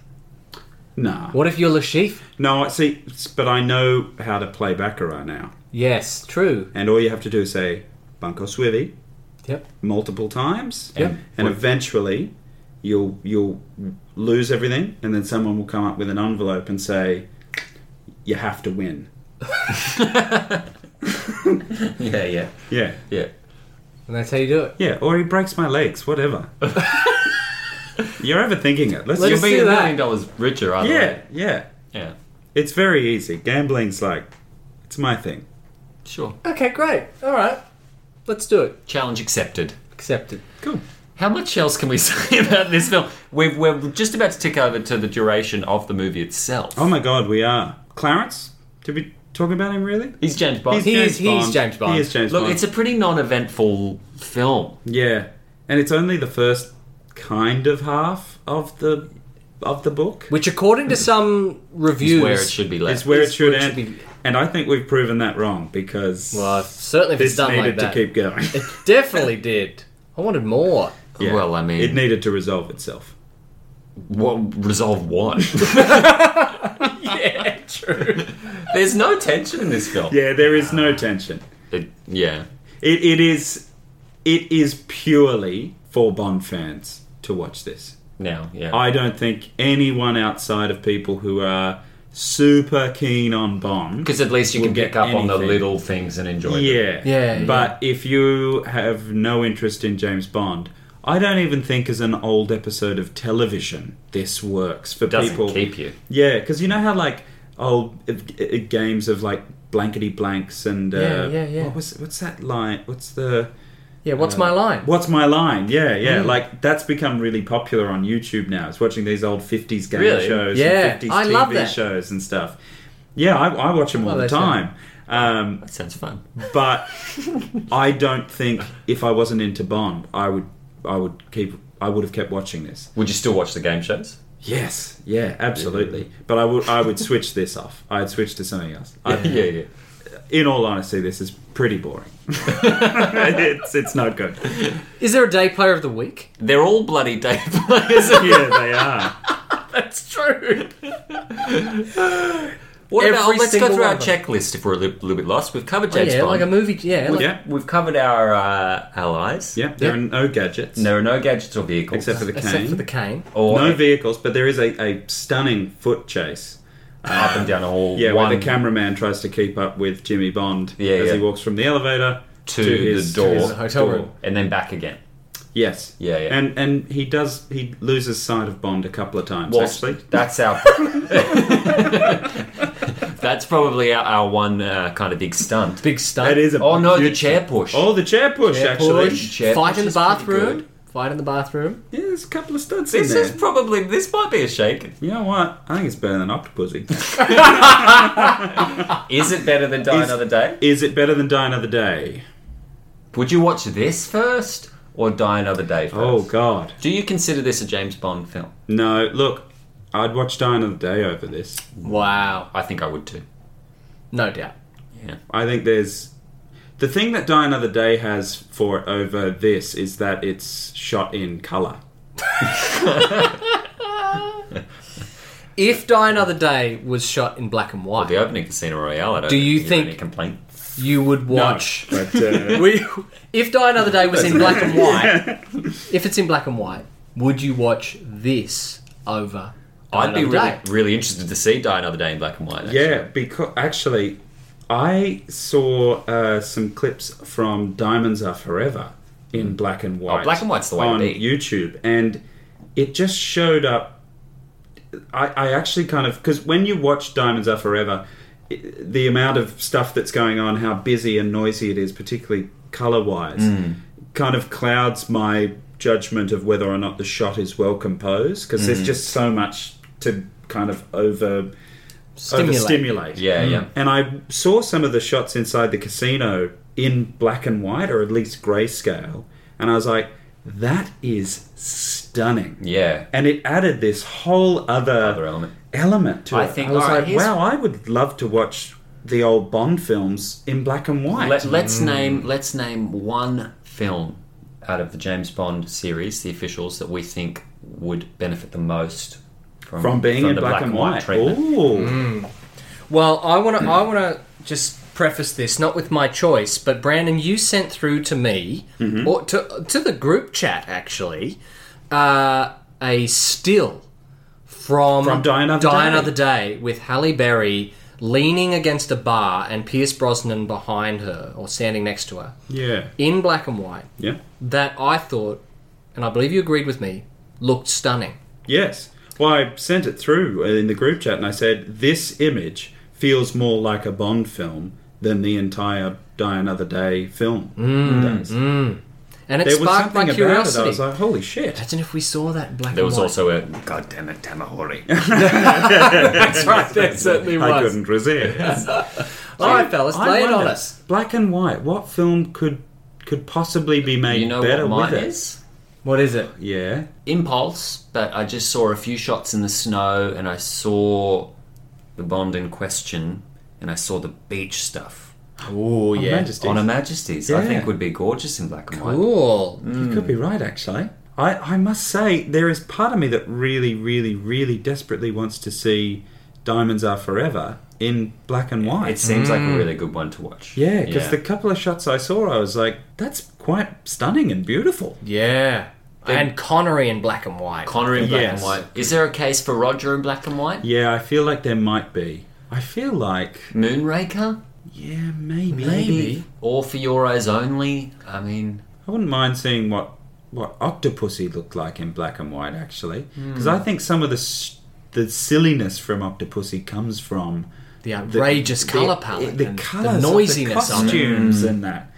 Nah. What if you're Lashif? No, I see, s- but I know how to play Baccarat now, Yes, true. and all you have to do is say Bunko Swivy Yep. multiple times. Yep. and eventually you'll you'll lose everything and then someone will come up with an envelope and say you have to win Yeah, yeah. yeah Yeah. And that's how you do it. yeah or he breaks my legs whatever you're overthinking it let's, Let's just do be that. Million dollars richer, either yeah way. yeah Yeah. it's very easy gambling's like it's my thing Sure. Okay, great. All right. Let's do it. Challenge accepted. Accepted. cool How much else can we say about this film? We've, we're just about to tick over to the duration of the movie itself. oh my god we are clarence did we talk about him really He's James Bond. He is- he is James Bond. he is james Look, bond it's a pretty non-eventful film. yeah and it's only the first kind of half of the of the book Which, according to some reviews, Is where it should be left. is where it It's should where it end. should be- And I think we've proven that wrong because Well, uh, certainly if it's this done like needed that, to keep going. it definitely did. I wanted more. Yeah. Well, I mean, it needed to resolve itself. what resolve what? yeah, true. There's no tension in this film. Yeah, there is no tension. It- yeah, It, it is it is purely for Bond fans to watch this. now, yeah. I don't think anyone outside of people who are super keen on Bond. Because at least you We'll can get pick up on the anything. little things and enjoy them. Yeah. Yeah, But if you have no interest in James Bond, I don't even think as an old episode of television this works for Doesn't people. keep you. Yeah, because you know how like old uh, uh, games of like blankety blanks and uh, Yeah, yeah, yeah. What was, what's that line? What's the Yeah, what's Uh, my line? Mm. what's my line? Yeah, yeah. Like that's become really popular on YouTube now. It's watching these old fifties game Really? shows, Yeah, and 50s I TV love that. shows and stuff. Yeah, I, I watch them all Well, the that's it. time. Um, That sounds fun. but I don't think if I wasn't into Bond, I would I would keep I would have kept watching this. Would you still watch the game shows? Yes, yeah, absolutely. But I would I would switch this off. I'd switch to something else. I, yeah, yeah. In all honesty, this is pretty boring. it's it's not good. Is there a day player of the week? They're all bloody day players. Yeah, they are. That's true. what about, Every let's go single through our one of them. checklist if we're a li- little, bit lost. We've covered James Yeah, Bond. like a movie. Yeah, like, Yeah, We've covered our uh, allies. yeah. There are no gadgets There are no gadgets or vehicles. except for the except cane. for the cane. Oh. or no vehicles, but there is a, a stunning foot chase. up and down a hall. Yeah, one where the cameraman tries to keep up with Jimmy Bond Yeah, as he yeah. walks from the elevator To the door. his To the hotel door. room. and then back again. Yes. Yeah, yeah. And and he does he loses sight of Bond a couple of times Well, actually. That's our. That's probably our, our one uh, kind of big stunt. Big stunt. That is a Oh no, the huge- chair push. Oh, the chair push Chair actually. push, Chair fight push in the is pretty bathroom. good. Fight in the bathroom. Yeah, there's a couple of studs this in is there. probably this might be a shake. you know what? I think it's better than Octopussy. Is it better than Die Is- Another Day? is it better than Die Another Day? Would you watch this first or Die Another Day first? Oh God. Do you consider this a James Bond film? No, look, I'd watch Die Another Day over this. Wow. I think I would too. No doubt. I think there's the thing that Die Another Day has for it over this is that it's shot in color. If Die Another Day was shot in black and white, The opening Casino Royale. I don't Do you have think- any complaint? you would watch. but uh, We, if Die Another Day was in black and white, if it's in black and white, would you watch this over? Die I'd be Another really, Day? really interested to see Die Another Day in black and white. actually. yeah, because actually, I saw uh, some clips from Diamonds Are Forever in black and white. Mm. Oh, black and white's the way to on be. YouTube, and it just showed up. I, I actually kind of because when you watch Diamonds Are Forever, i- the amount of stuff that's going on, how busy and noisy it is, particularly color wise, Mm. kind of clouds my judgment of whether or not the shot is well composed because Mm. there's just so much to kind of over Stimulate. overstimulate. Yeah, yeah. And I saw some of the shots inside the casino in black and white, or at least grayscale, and I was like, that is stunning. Yeah. And it added this whole other, Other element. element to I it. think- I was alright, like, here's- wow, I would love to watch the old Bond films in black and white. Let, let's Mm. name let's name one film out of the James Bond series, the officials, that we think would benefit the most from, from being from in the black, and white. treatment. Ooh. Mm. Well, I want to. I want to just preface this not with my choice, but Brandon, you sent through to me Mm-hmm. or to to the group chat actually uh, a still from, From Die Another Day. Another Day with Halle Berry leaning against a bar and Pierce Brosnan behind her or standing next to her Yeah. in black and white Yeah. that I thought, and I believe you agreed with me, looked stunning. Yes. Well, I sent it through uh, in the group chat and I said, this image feels more like a Bond film than the entire Die Another Day film does. And it There was Mm, sparked something my about curiosity. it. I was like, holy shit. Imagine if we saw that in black There and was white. also a goddamn it, Tamahori. That's right, there certainly I was. couldn't resist. All right, fellas, I lay it on wonder, us. Black and white. What film could could possibly be made you know better what mine with it? is? What is it? Yeah. Impulse, but I just saw a few shots in the snow and I saw the Bond in question and I saw the beach stuff. Oh, yeah. Majesties. On Her Majesty's, I Yeah. think would be gorgeous in black and white. Cool. You could be right, actually. I, I must say, there is part of me that really, really, really desperately wants to see Diamonds Are Forever in black and white. It seems like a really good one to watch. Mm. yeah, because Yeah. the couple of shots I saw, I was like, that's quite stunning and beautiful. Yeah. and Connery in black and white. Connor in black Yes. and white. Is there a case for Roger in black and white? Yeah, I feel like there might be. I feel like, Moonraker? yeah, maybe. Or for your eyes only? I mean, I wouldn't mind seeing what what Octopussy looked like in black and white, actually, because I think some of the s the silliness from Octopussy comes from The outrageous colour palette. the and colours, the of noisiness the of it. costumes, and that.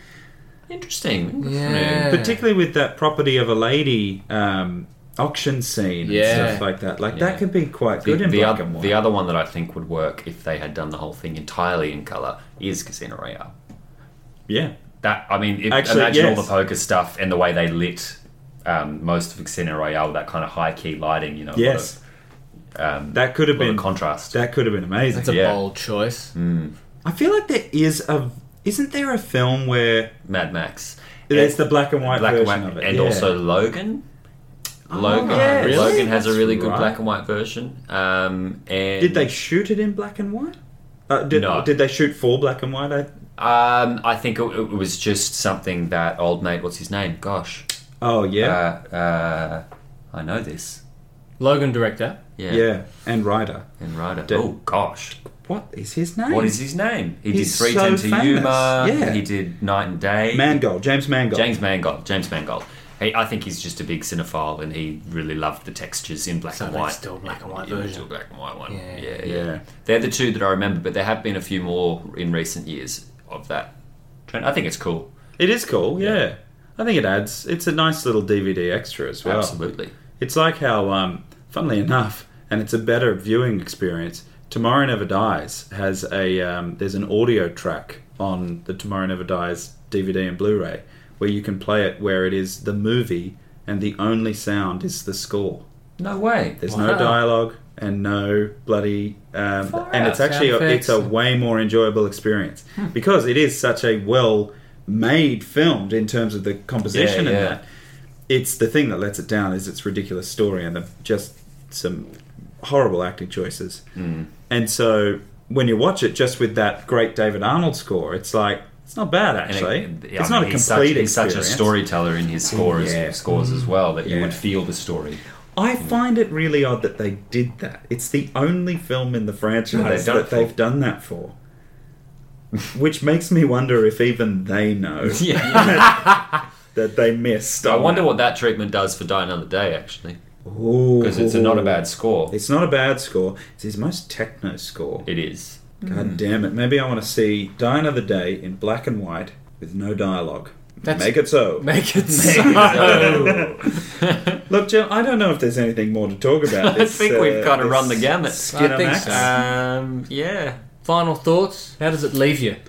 interesting. Hmm. Yeah. Particularly with that property of a lady um, auction scene Yeah. and stuff like that. Like Yeah. that could be quite The, good in the black oth- and white. the other one that I think would work if they had done the whole thing entirely in color is Casino Royale. yeah, That I mean, if, Actually, imagine all yes. the poker stuff and the way they lit um, most of Casino Royale, that kind of high key lighting, you know, a lot yes, of, um, that could have a lot of been contrast. that could have been amazing. That's a Yeah. bold choice. I feel like there is a isn't there a film where Mad Max. there's And- the black and white black and version white, of it, and yeah. also Logan. Oh, Logan, yeah, really? Logan has a really good Right. black and white version. Um, and Did they shoot it in black and white? Uh, did, No. did they shoot for black and white? I, Um, I think it, it was just something that old mate. What's his name? Gosh, oh uh, yeah, uh, I know this. Logan director. Yeah, yeah, and Ryder. And Ryder. Did- Oh gosh, What is his name? what is his name? He He's did Three so Ten to famous. Yuma. Yeah. He did Night and Day. Mangold? James Mangold. James Mangold. James Mangold. He, I think he's just a big cinephile, and he really loved the textures in black So and they white. still black and white Yeah, version. still black and white one. Yeah. Yeah. Yeah, Yeah. They're the two that I remember, but there have been a few more in recent years of that trend. I think it's cool. It is cool, yeah. I think it adds. It's a nice little DVD extra as well. Absolutely. It's like how, um, funnily enough, and it's a better viewing experience. Tomorrow Never Dies has a um, there's an audio track on the Tomorrow Never Dies DVD and Blu-ray where you can play it where it is the movie and the only sound is the score. No way. There's Wow. no dialogue and no bloody, um, Far and out. Hmm. it's actually a, Sound it's a effects. way more enjoyable experience because it is such a well made film in terms of the composition Yeah, and yeah. that. It's the thing that lets it down is its ridiculous story and the, just some horrible acting choices. Hmm. And so when you watch it just with that great David Arnold score, it's like it's not bad And actually. it- I it's mean, not a complete he's such, experience. He's such a storyteller in his scores, Yeah. Mm. scores as well that you Yeah. would feel the story. I find it really odd that they did that. It's the only film in the franchise They've done that it for. they've done that for. Which makes me wonder if even they know Yeah. that they missed. Oh. I wonder what that treatment does for Die Another Day, actually, because because it's a, not a bad score. It's not a bad score. It's his most techno score. It is. God damn it! Maybe I want to see Die Another Day in black and white with no dialogue. That's- Make it so. Make it Look, Jill, I don't know if there's anything more to talk about. uh, I think we've kind of run the gamut. Skin I think so. Um, yeah. Final thoughts? How does it leave you? How does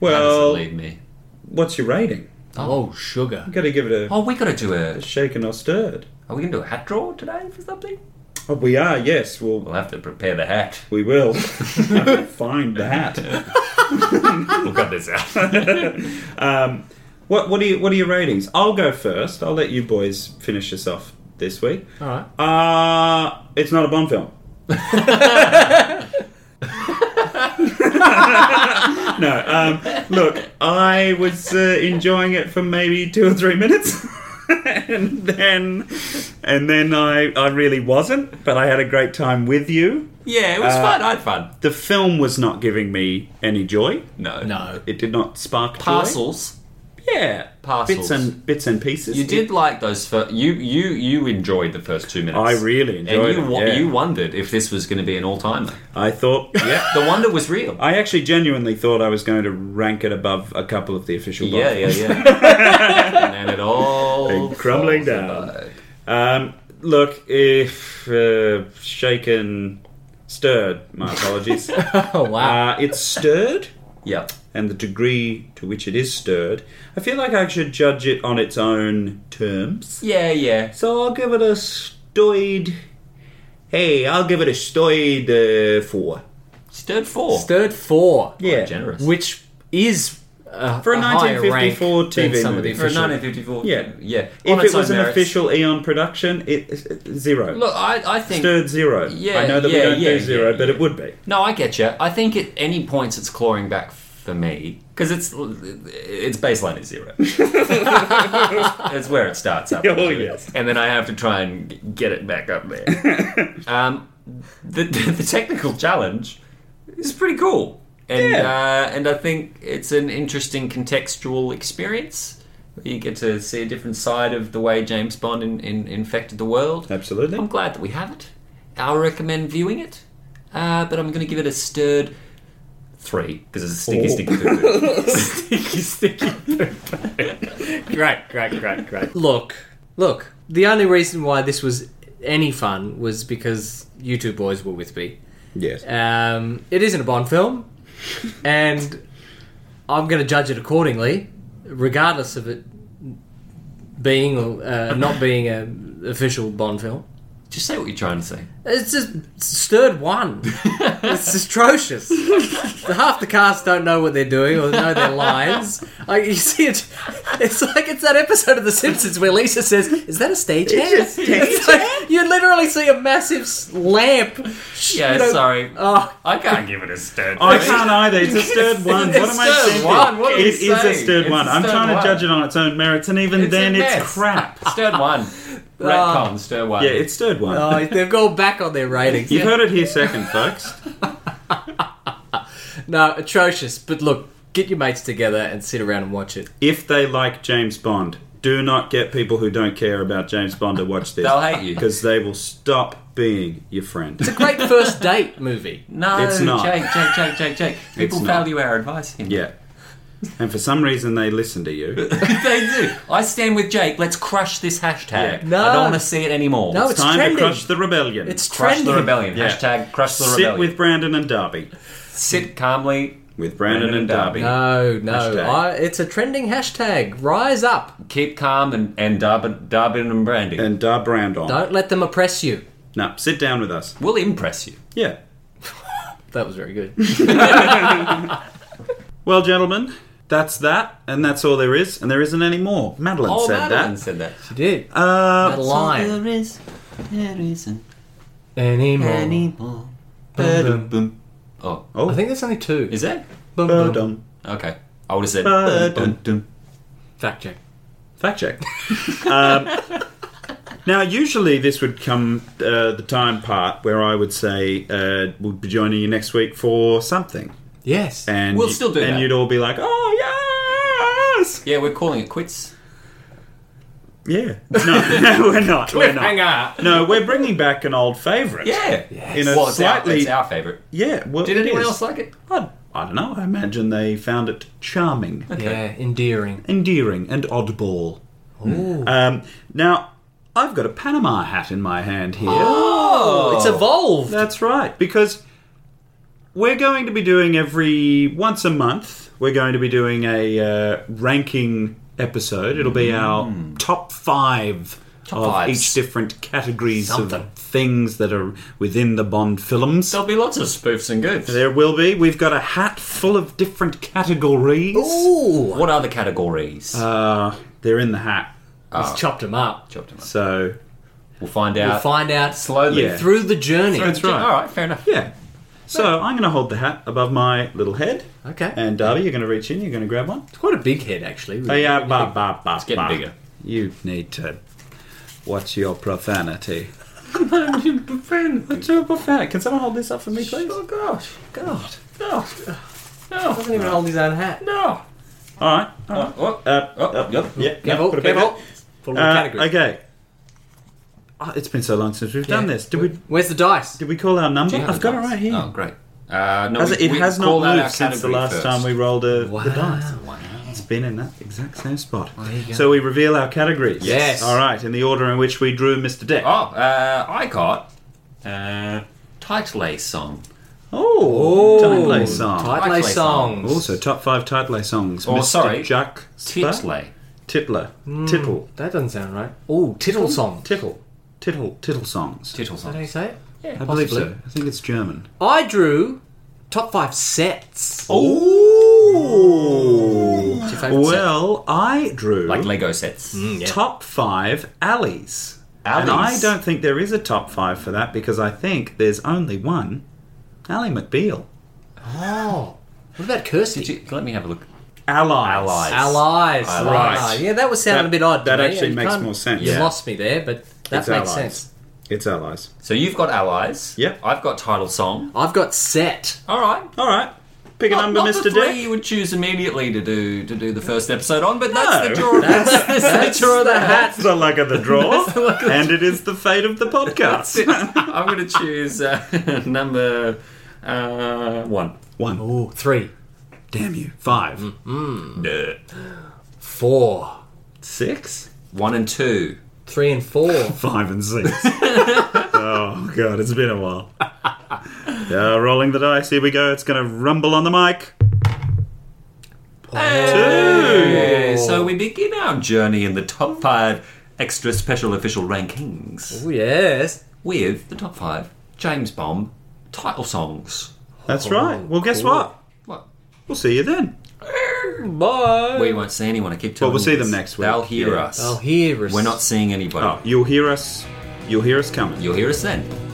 Well, it leave me? what's your rating? Oh, sugar. Got to give it a Oh, we got to do a. shaken or stirred. Are we going to do a hat draw today for something? Oh, we are, yes. We'll, We'll have to prepare the hat. we will find that. We'll cut this out. Um, what what are you, what are your ratings? I'll go first. I'll let you boys finish us off this week. All right. Uh it's not a Bond film. no, um, look, I was uh, enjoying it for maybe two or three minutes, and then, and then I, I really wasn't. But I had a great time with you. yeah, it was Uh, fun. I had fun. The film was not giving me any joy. No. No. It did not spark joy. Parcels. Yeah, Parcels. Bits and bits and pieces. You It- did like those. Fir- you you you enjoyed the first two minutes. I really enjoyed And you it, wo- yeah. you wondered if this was going to be an all timer. I thought. Yeah. The wonder was real. I actually genuinely thought I was going to rank it above a couple of the official. yeah, Bond yeah, films. yeah. and then it all And crumbling falls down. apart. Um, look, if uh, shaken, stirred. My apologies. uh, Oh, wow. it's stirred, Yeah. and the degree to which it is stirred. I feel like I should judge it on its own terms. Yeah, yeah. So I'll give it a stoid. Hey, I'll give it a stoid uh, four. Stirred four. Stirred 4, Yeah, Generous. which is a, For a higher rank 1954 than TV some of the movie. for a official- 1954. Yeah. yeah. If On its it was own an merits. official Eon production, it, it- zero. Look, I, I think. Stirred zero. Yeah, I know that we yeah, don't do yeah, zero, yeah, but yeah. it would be. No, I get you. I think at any points it's clawing back for me because it's its baseline is zero. it's where it starts up. Oh, yes. and then I have to try and g- get it back up there. um, the, the technical challenge is pretty cool, and uh, and I think it's an interesting contextual experience. You get to see a different side of the way James Bond in, in, infected the world. Absolutely. I'm glad that we have it. I'll recommend viewing it, uh, but I'm going to give it a stirred three because it's a sticky, Oh. sticky poo. sticky, sticky. Great, great, great, great. Look, look. The only reason why this was any fun was because you two boys were with me. Yes. Uh, Um, it isn't a Bond film, and I'm going to judge it accordingly, regardless of it being or uh, not being an official Bond film. Just say what you're trying to say. It's just stirred one. it's atrocious. Half the cast don't know what they're doing or know their lines. Like you see it, it's like it's that episode of The Simpsons where Lisa says, "Is that a stage hand?" It's a stagehand. It's like, you literally see a massive s- lamp. Yeah, you know- sorry. Oh, I can't give it a stirred I three. can't either. It's a stirred one. What am I stirred thinking? one. What are It we is a saying? stirred It's a one. I'm stirred trying to one. judge it on its own merits, and even It's a then, it's mess. crap. Stirred one. Red con, stirred one. Uh, Yeah, it's stirred one. oh, they've gone back on their ratings. You've heard it here second, folks. No, atrocious. But look, get your mates together and sit around and watch it. if they like James Bond, Do not get people who don't care about James Bond to watch this. They'll hate you. because they will stop being your friend. It's a great first date movie. No, It's not. Jake, Jake, Jake, Jake, Jake. People not. value our advice here. Yeah. And for some reason, they listen to you. they do. I stand with Jake. Let's crush this Yeah. hashtag. No. I don't want to see it anymore. No, Let's it's Time trending. to crush the rebellion. It's crush trending. the rebellion. Yeah. Hashtag crush the Sit rebellion. with Brandon and Darby. Sit calmly. With Brandon, Brandon and and Darby. No, no, Hashtag. I, it's a trending hashtag. Rise up! Keep calm and and Darbin, Darbin and Brandy And Dar Brandon. Don't let them oppress you. No, sit down with us. will impress you. Yeah. That was very good. Well, gentlemen, that's that, and that's all there is, and there isn't any more. Madeline Oh, said Madeline said that. You did. that. Uh, That line. There is, there isn't Anymore. anymore. Boom, Oh, I think there's only two. is that Boom, boom. Ba-dum, okay? I would have said. ba-dum. Dun-dun. Fact check. Fact check. um, now, usually this would come uh, the time part where I would say uh, we'll be joining you next week for something, Yes. and We'll you- still do and that. you'd all be like, "Oh yes, Yeah, we're calling it quits. yeah." No, we're not. we're not. Cliffhanger. No, we're bringing back an old favourite. Yeah. In a Well, it's our, slightly- it's our favorite. yeah. Well, Did it anyone is. else like it? I, I don't know. I imagine they found it charming, Yeah, endearing. endearing, and oddball. Ooh. Um, now, I've got a Panama hat in my hand here. Oh, it's evolved. That's right, because we're going to be doing every once a month. We're going to be doing a uh, ranking episode. It'll be our Mm. top five of fives. each different categories Something. of things that are within the Bond films. There'll be lots of spoofs and goofs. There will be. We've got a hat full of different categories. Ooh. What are the categories? Uh, they're in the hat, He's chopped him up. Chopped 'em up. so We'll find out. Oh. We'll find out slowly. Yeah. through the journey. That's right. All right, fair enough. Yeah. So I'm going to hold the hat above my little head. Okay. And Darby, you're going to reach in. You're going to grab one. It's quite a big head, actually. Oh, yeah, ba, ba, ba, It's getting ba. bigger. You need to watch your profanity. Friend, What's your profanity? Can someone hold this up for me, please? oh gosh, God. Oh, no, no, doesn't even hold his own hat. no. All right. All right. Oh, oh, Uh, Oh, uh, yep. Yeah. Careful, put it back careful. up. Full Uh, category. okay. Oh, it's been so long since we've done Yeah. this. Did we? Where's the dice? Did we call our number? Do you have I've got it dice? right here. Oh, great. Uh, no, Has we- it, it we has not call out our moved since the category last first. time we rolled a, Wow. the dice. Wow. It's been in that exact same spot. you go. So we reveal our categories. Yes. All right, in the order in which we drew Mr. Deck. Oh, uh, I got uh, tight lace song. Oh, tight lay song. Tight Tight lay lay songs. Also, top five tight lay songs. Oh, Mr. sorry. Hmm. Jack Spur? Titlay. Titler. Tittle. That doesn't sound right. Ooh, tittle song. Tittle. Tittle. Tittle songs. Tittle Is that how song. you say it? I believe possibly. so. I think it's German. I drew top five sets. Oh. your favourite set? Well, I drew Like Lego sets. Hmm. top five alleys. Alleys. And I don't think there is a top five for that because I think there's only one Ally McBeal. Oh. What about Kirsty? Did you- let me have a look. Allies. Allies. Allies. Allies. Ah, yeah, that was sounding That- a bit odd. to that me. actually You makes can't- more sense. You Yeah. lost me there, but that It's makes allies. sense. It's allies. So you've got allies. Yep. I've got title song. I've got set. All right. All right. Pick a Not- number, not the Mr. three Dick. you would choose immediately to do to do the first episode on, but No. that's the draw. That's, That's the draw of the hat. That's the luck of the draw, and it is the fate of the podcast. I'm going to choose uh, number uh, one. One. Ooh, three, Damn you. Five. Hmm. Duh. four, Six. One and two. three, and four. Five and six. oh, God. It's been a while. Uh, rolling the dice. Here we go. It's going to rumble on the mic. Hey! Oh. So we begin our journey in the top five extra special official rankings Oh yes. with the top five James Bomb title songs. That's right. Well, guess cool. what? What? We'll see you then. Bye. We won't see anyone. I keep telling Well, we'll you see this. them next week. They'll hear Yeah. us. Oh, here is. We're not seeing anybody. Oh, you'll hear us. You'll hear us coming. You'll hear us then.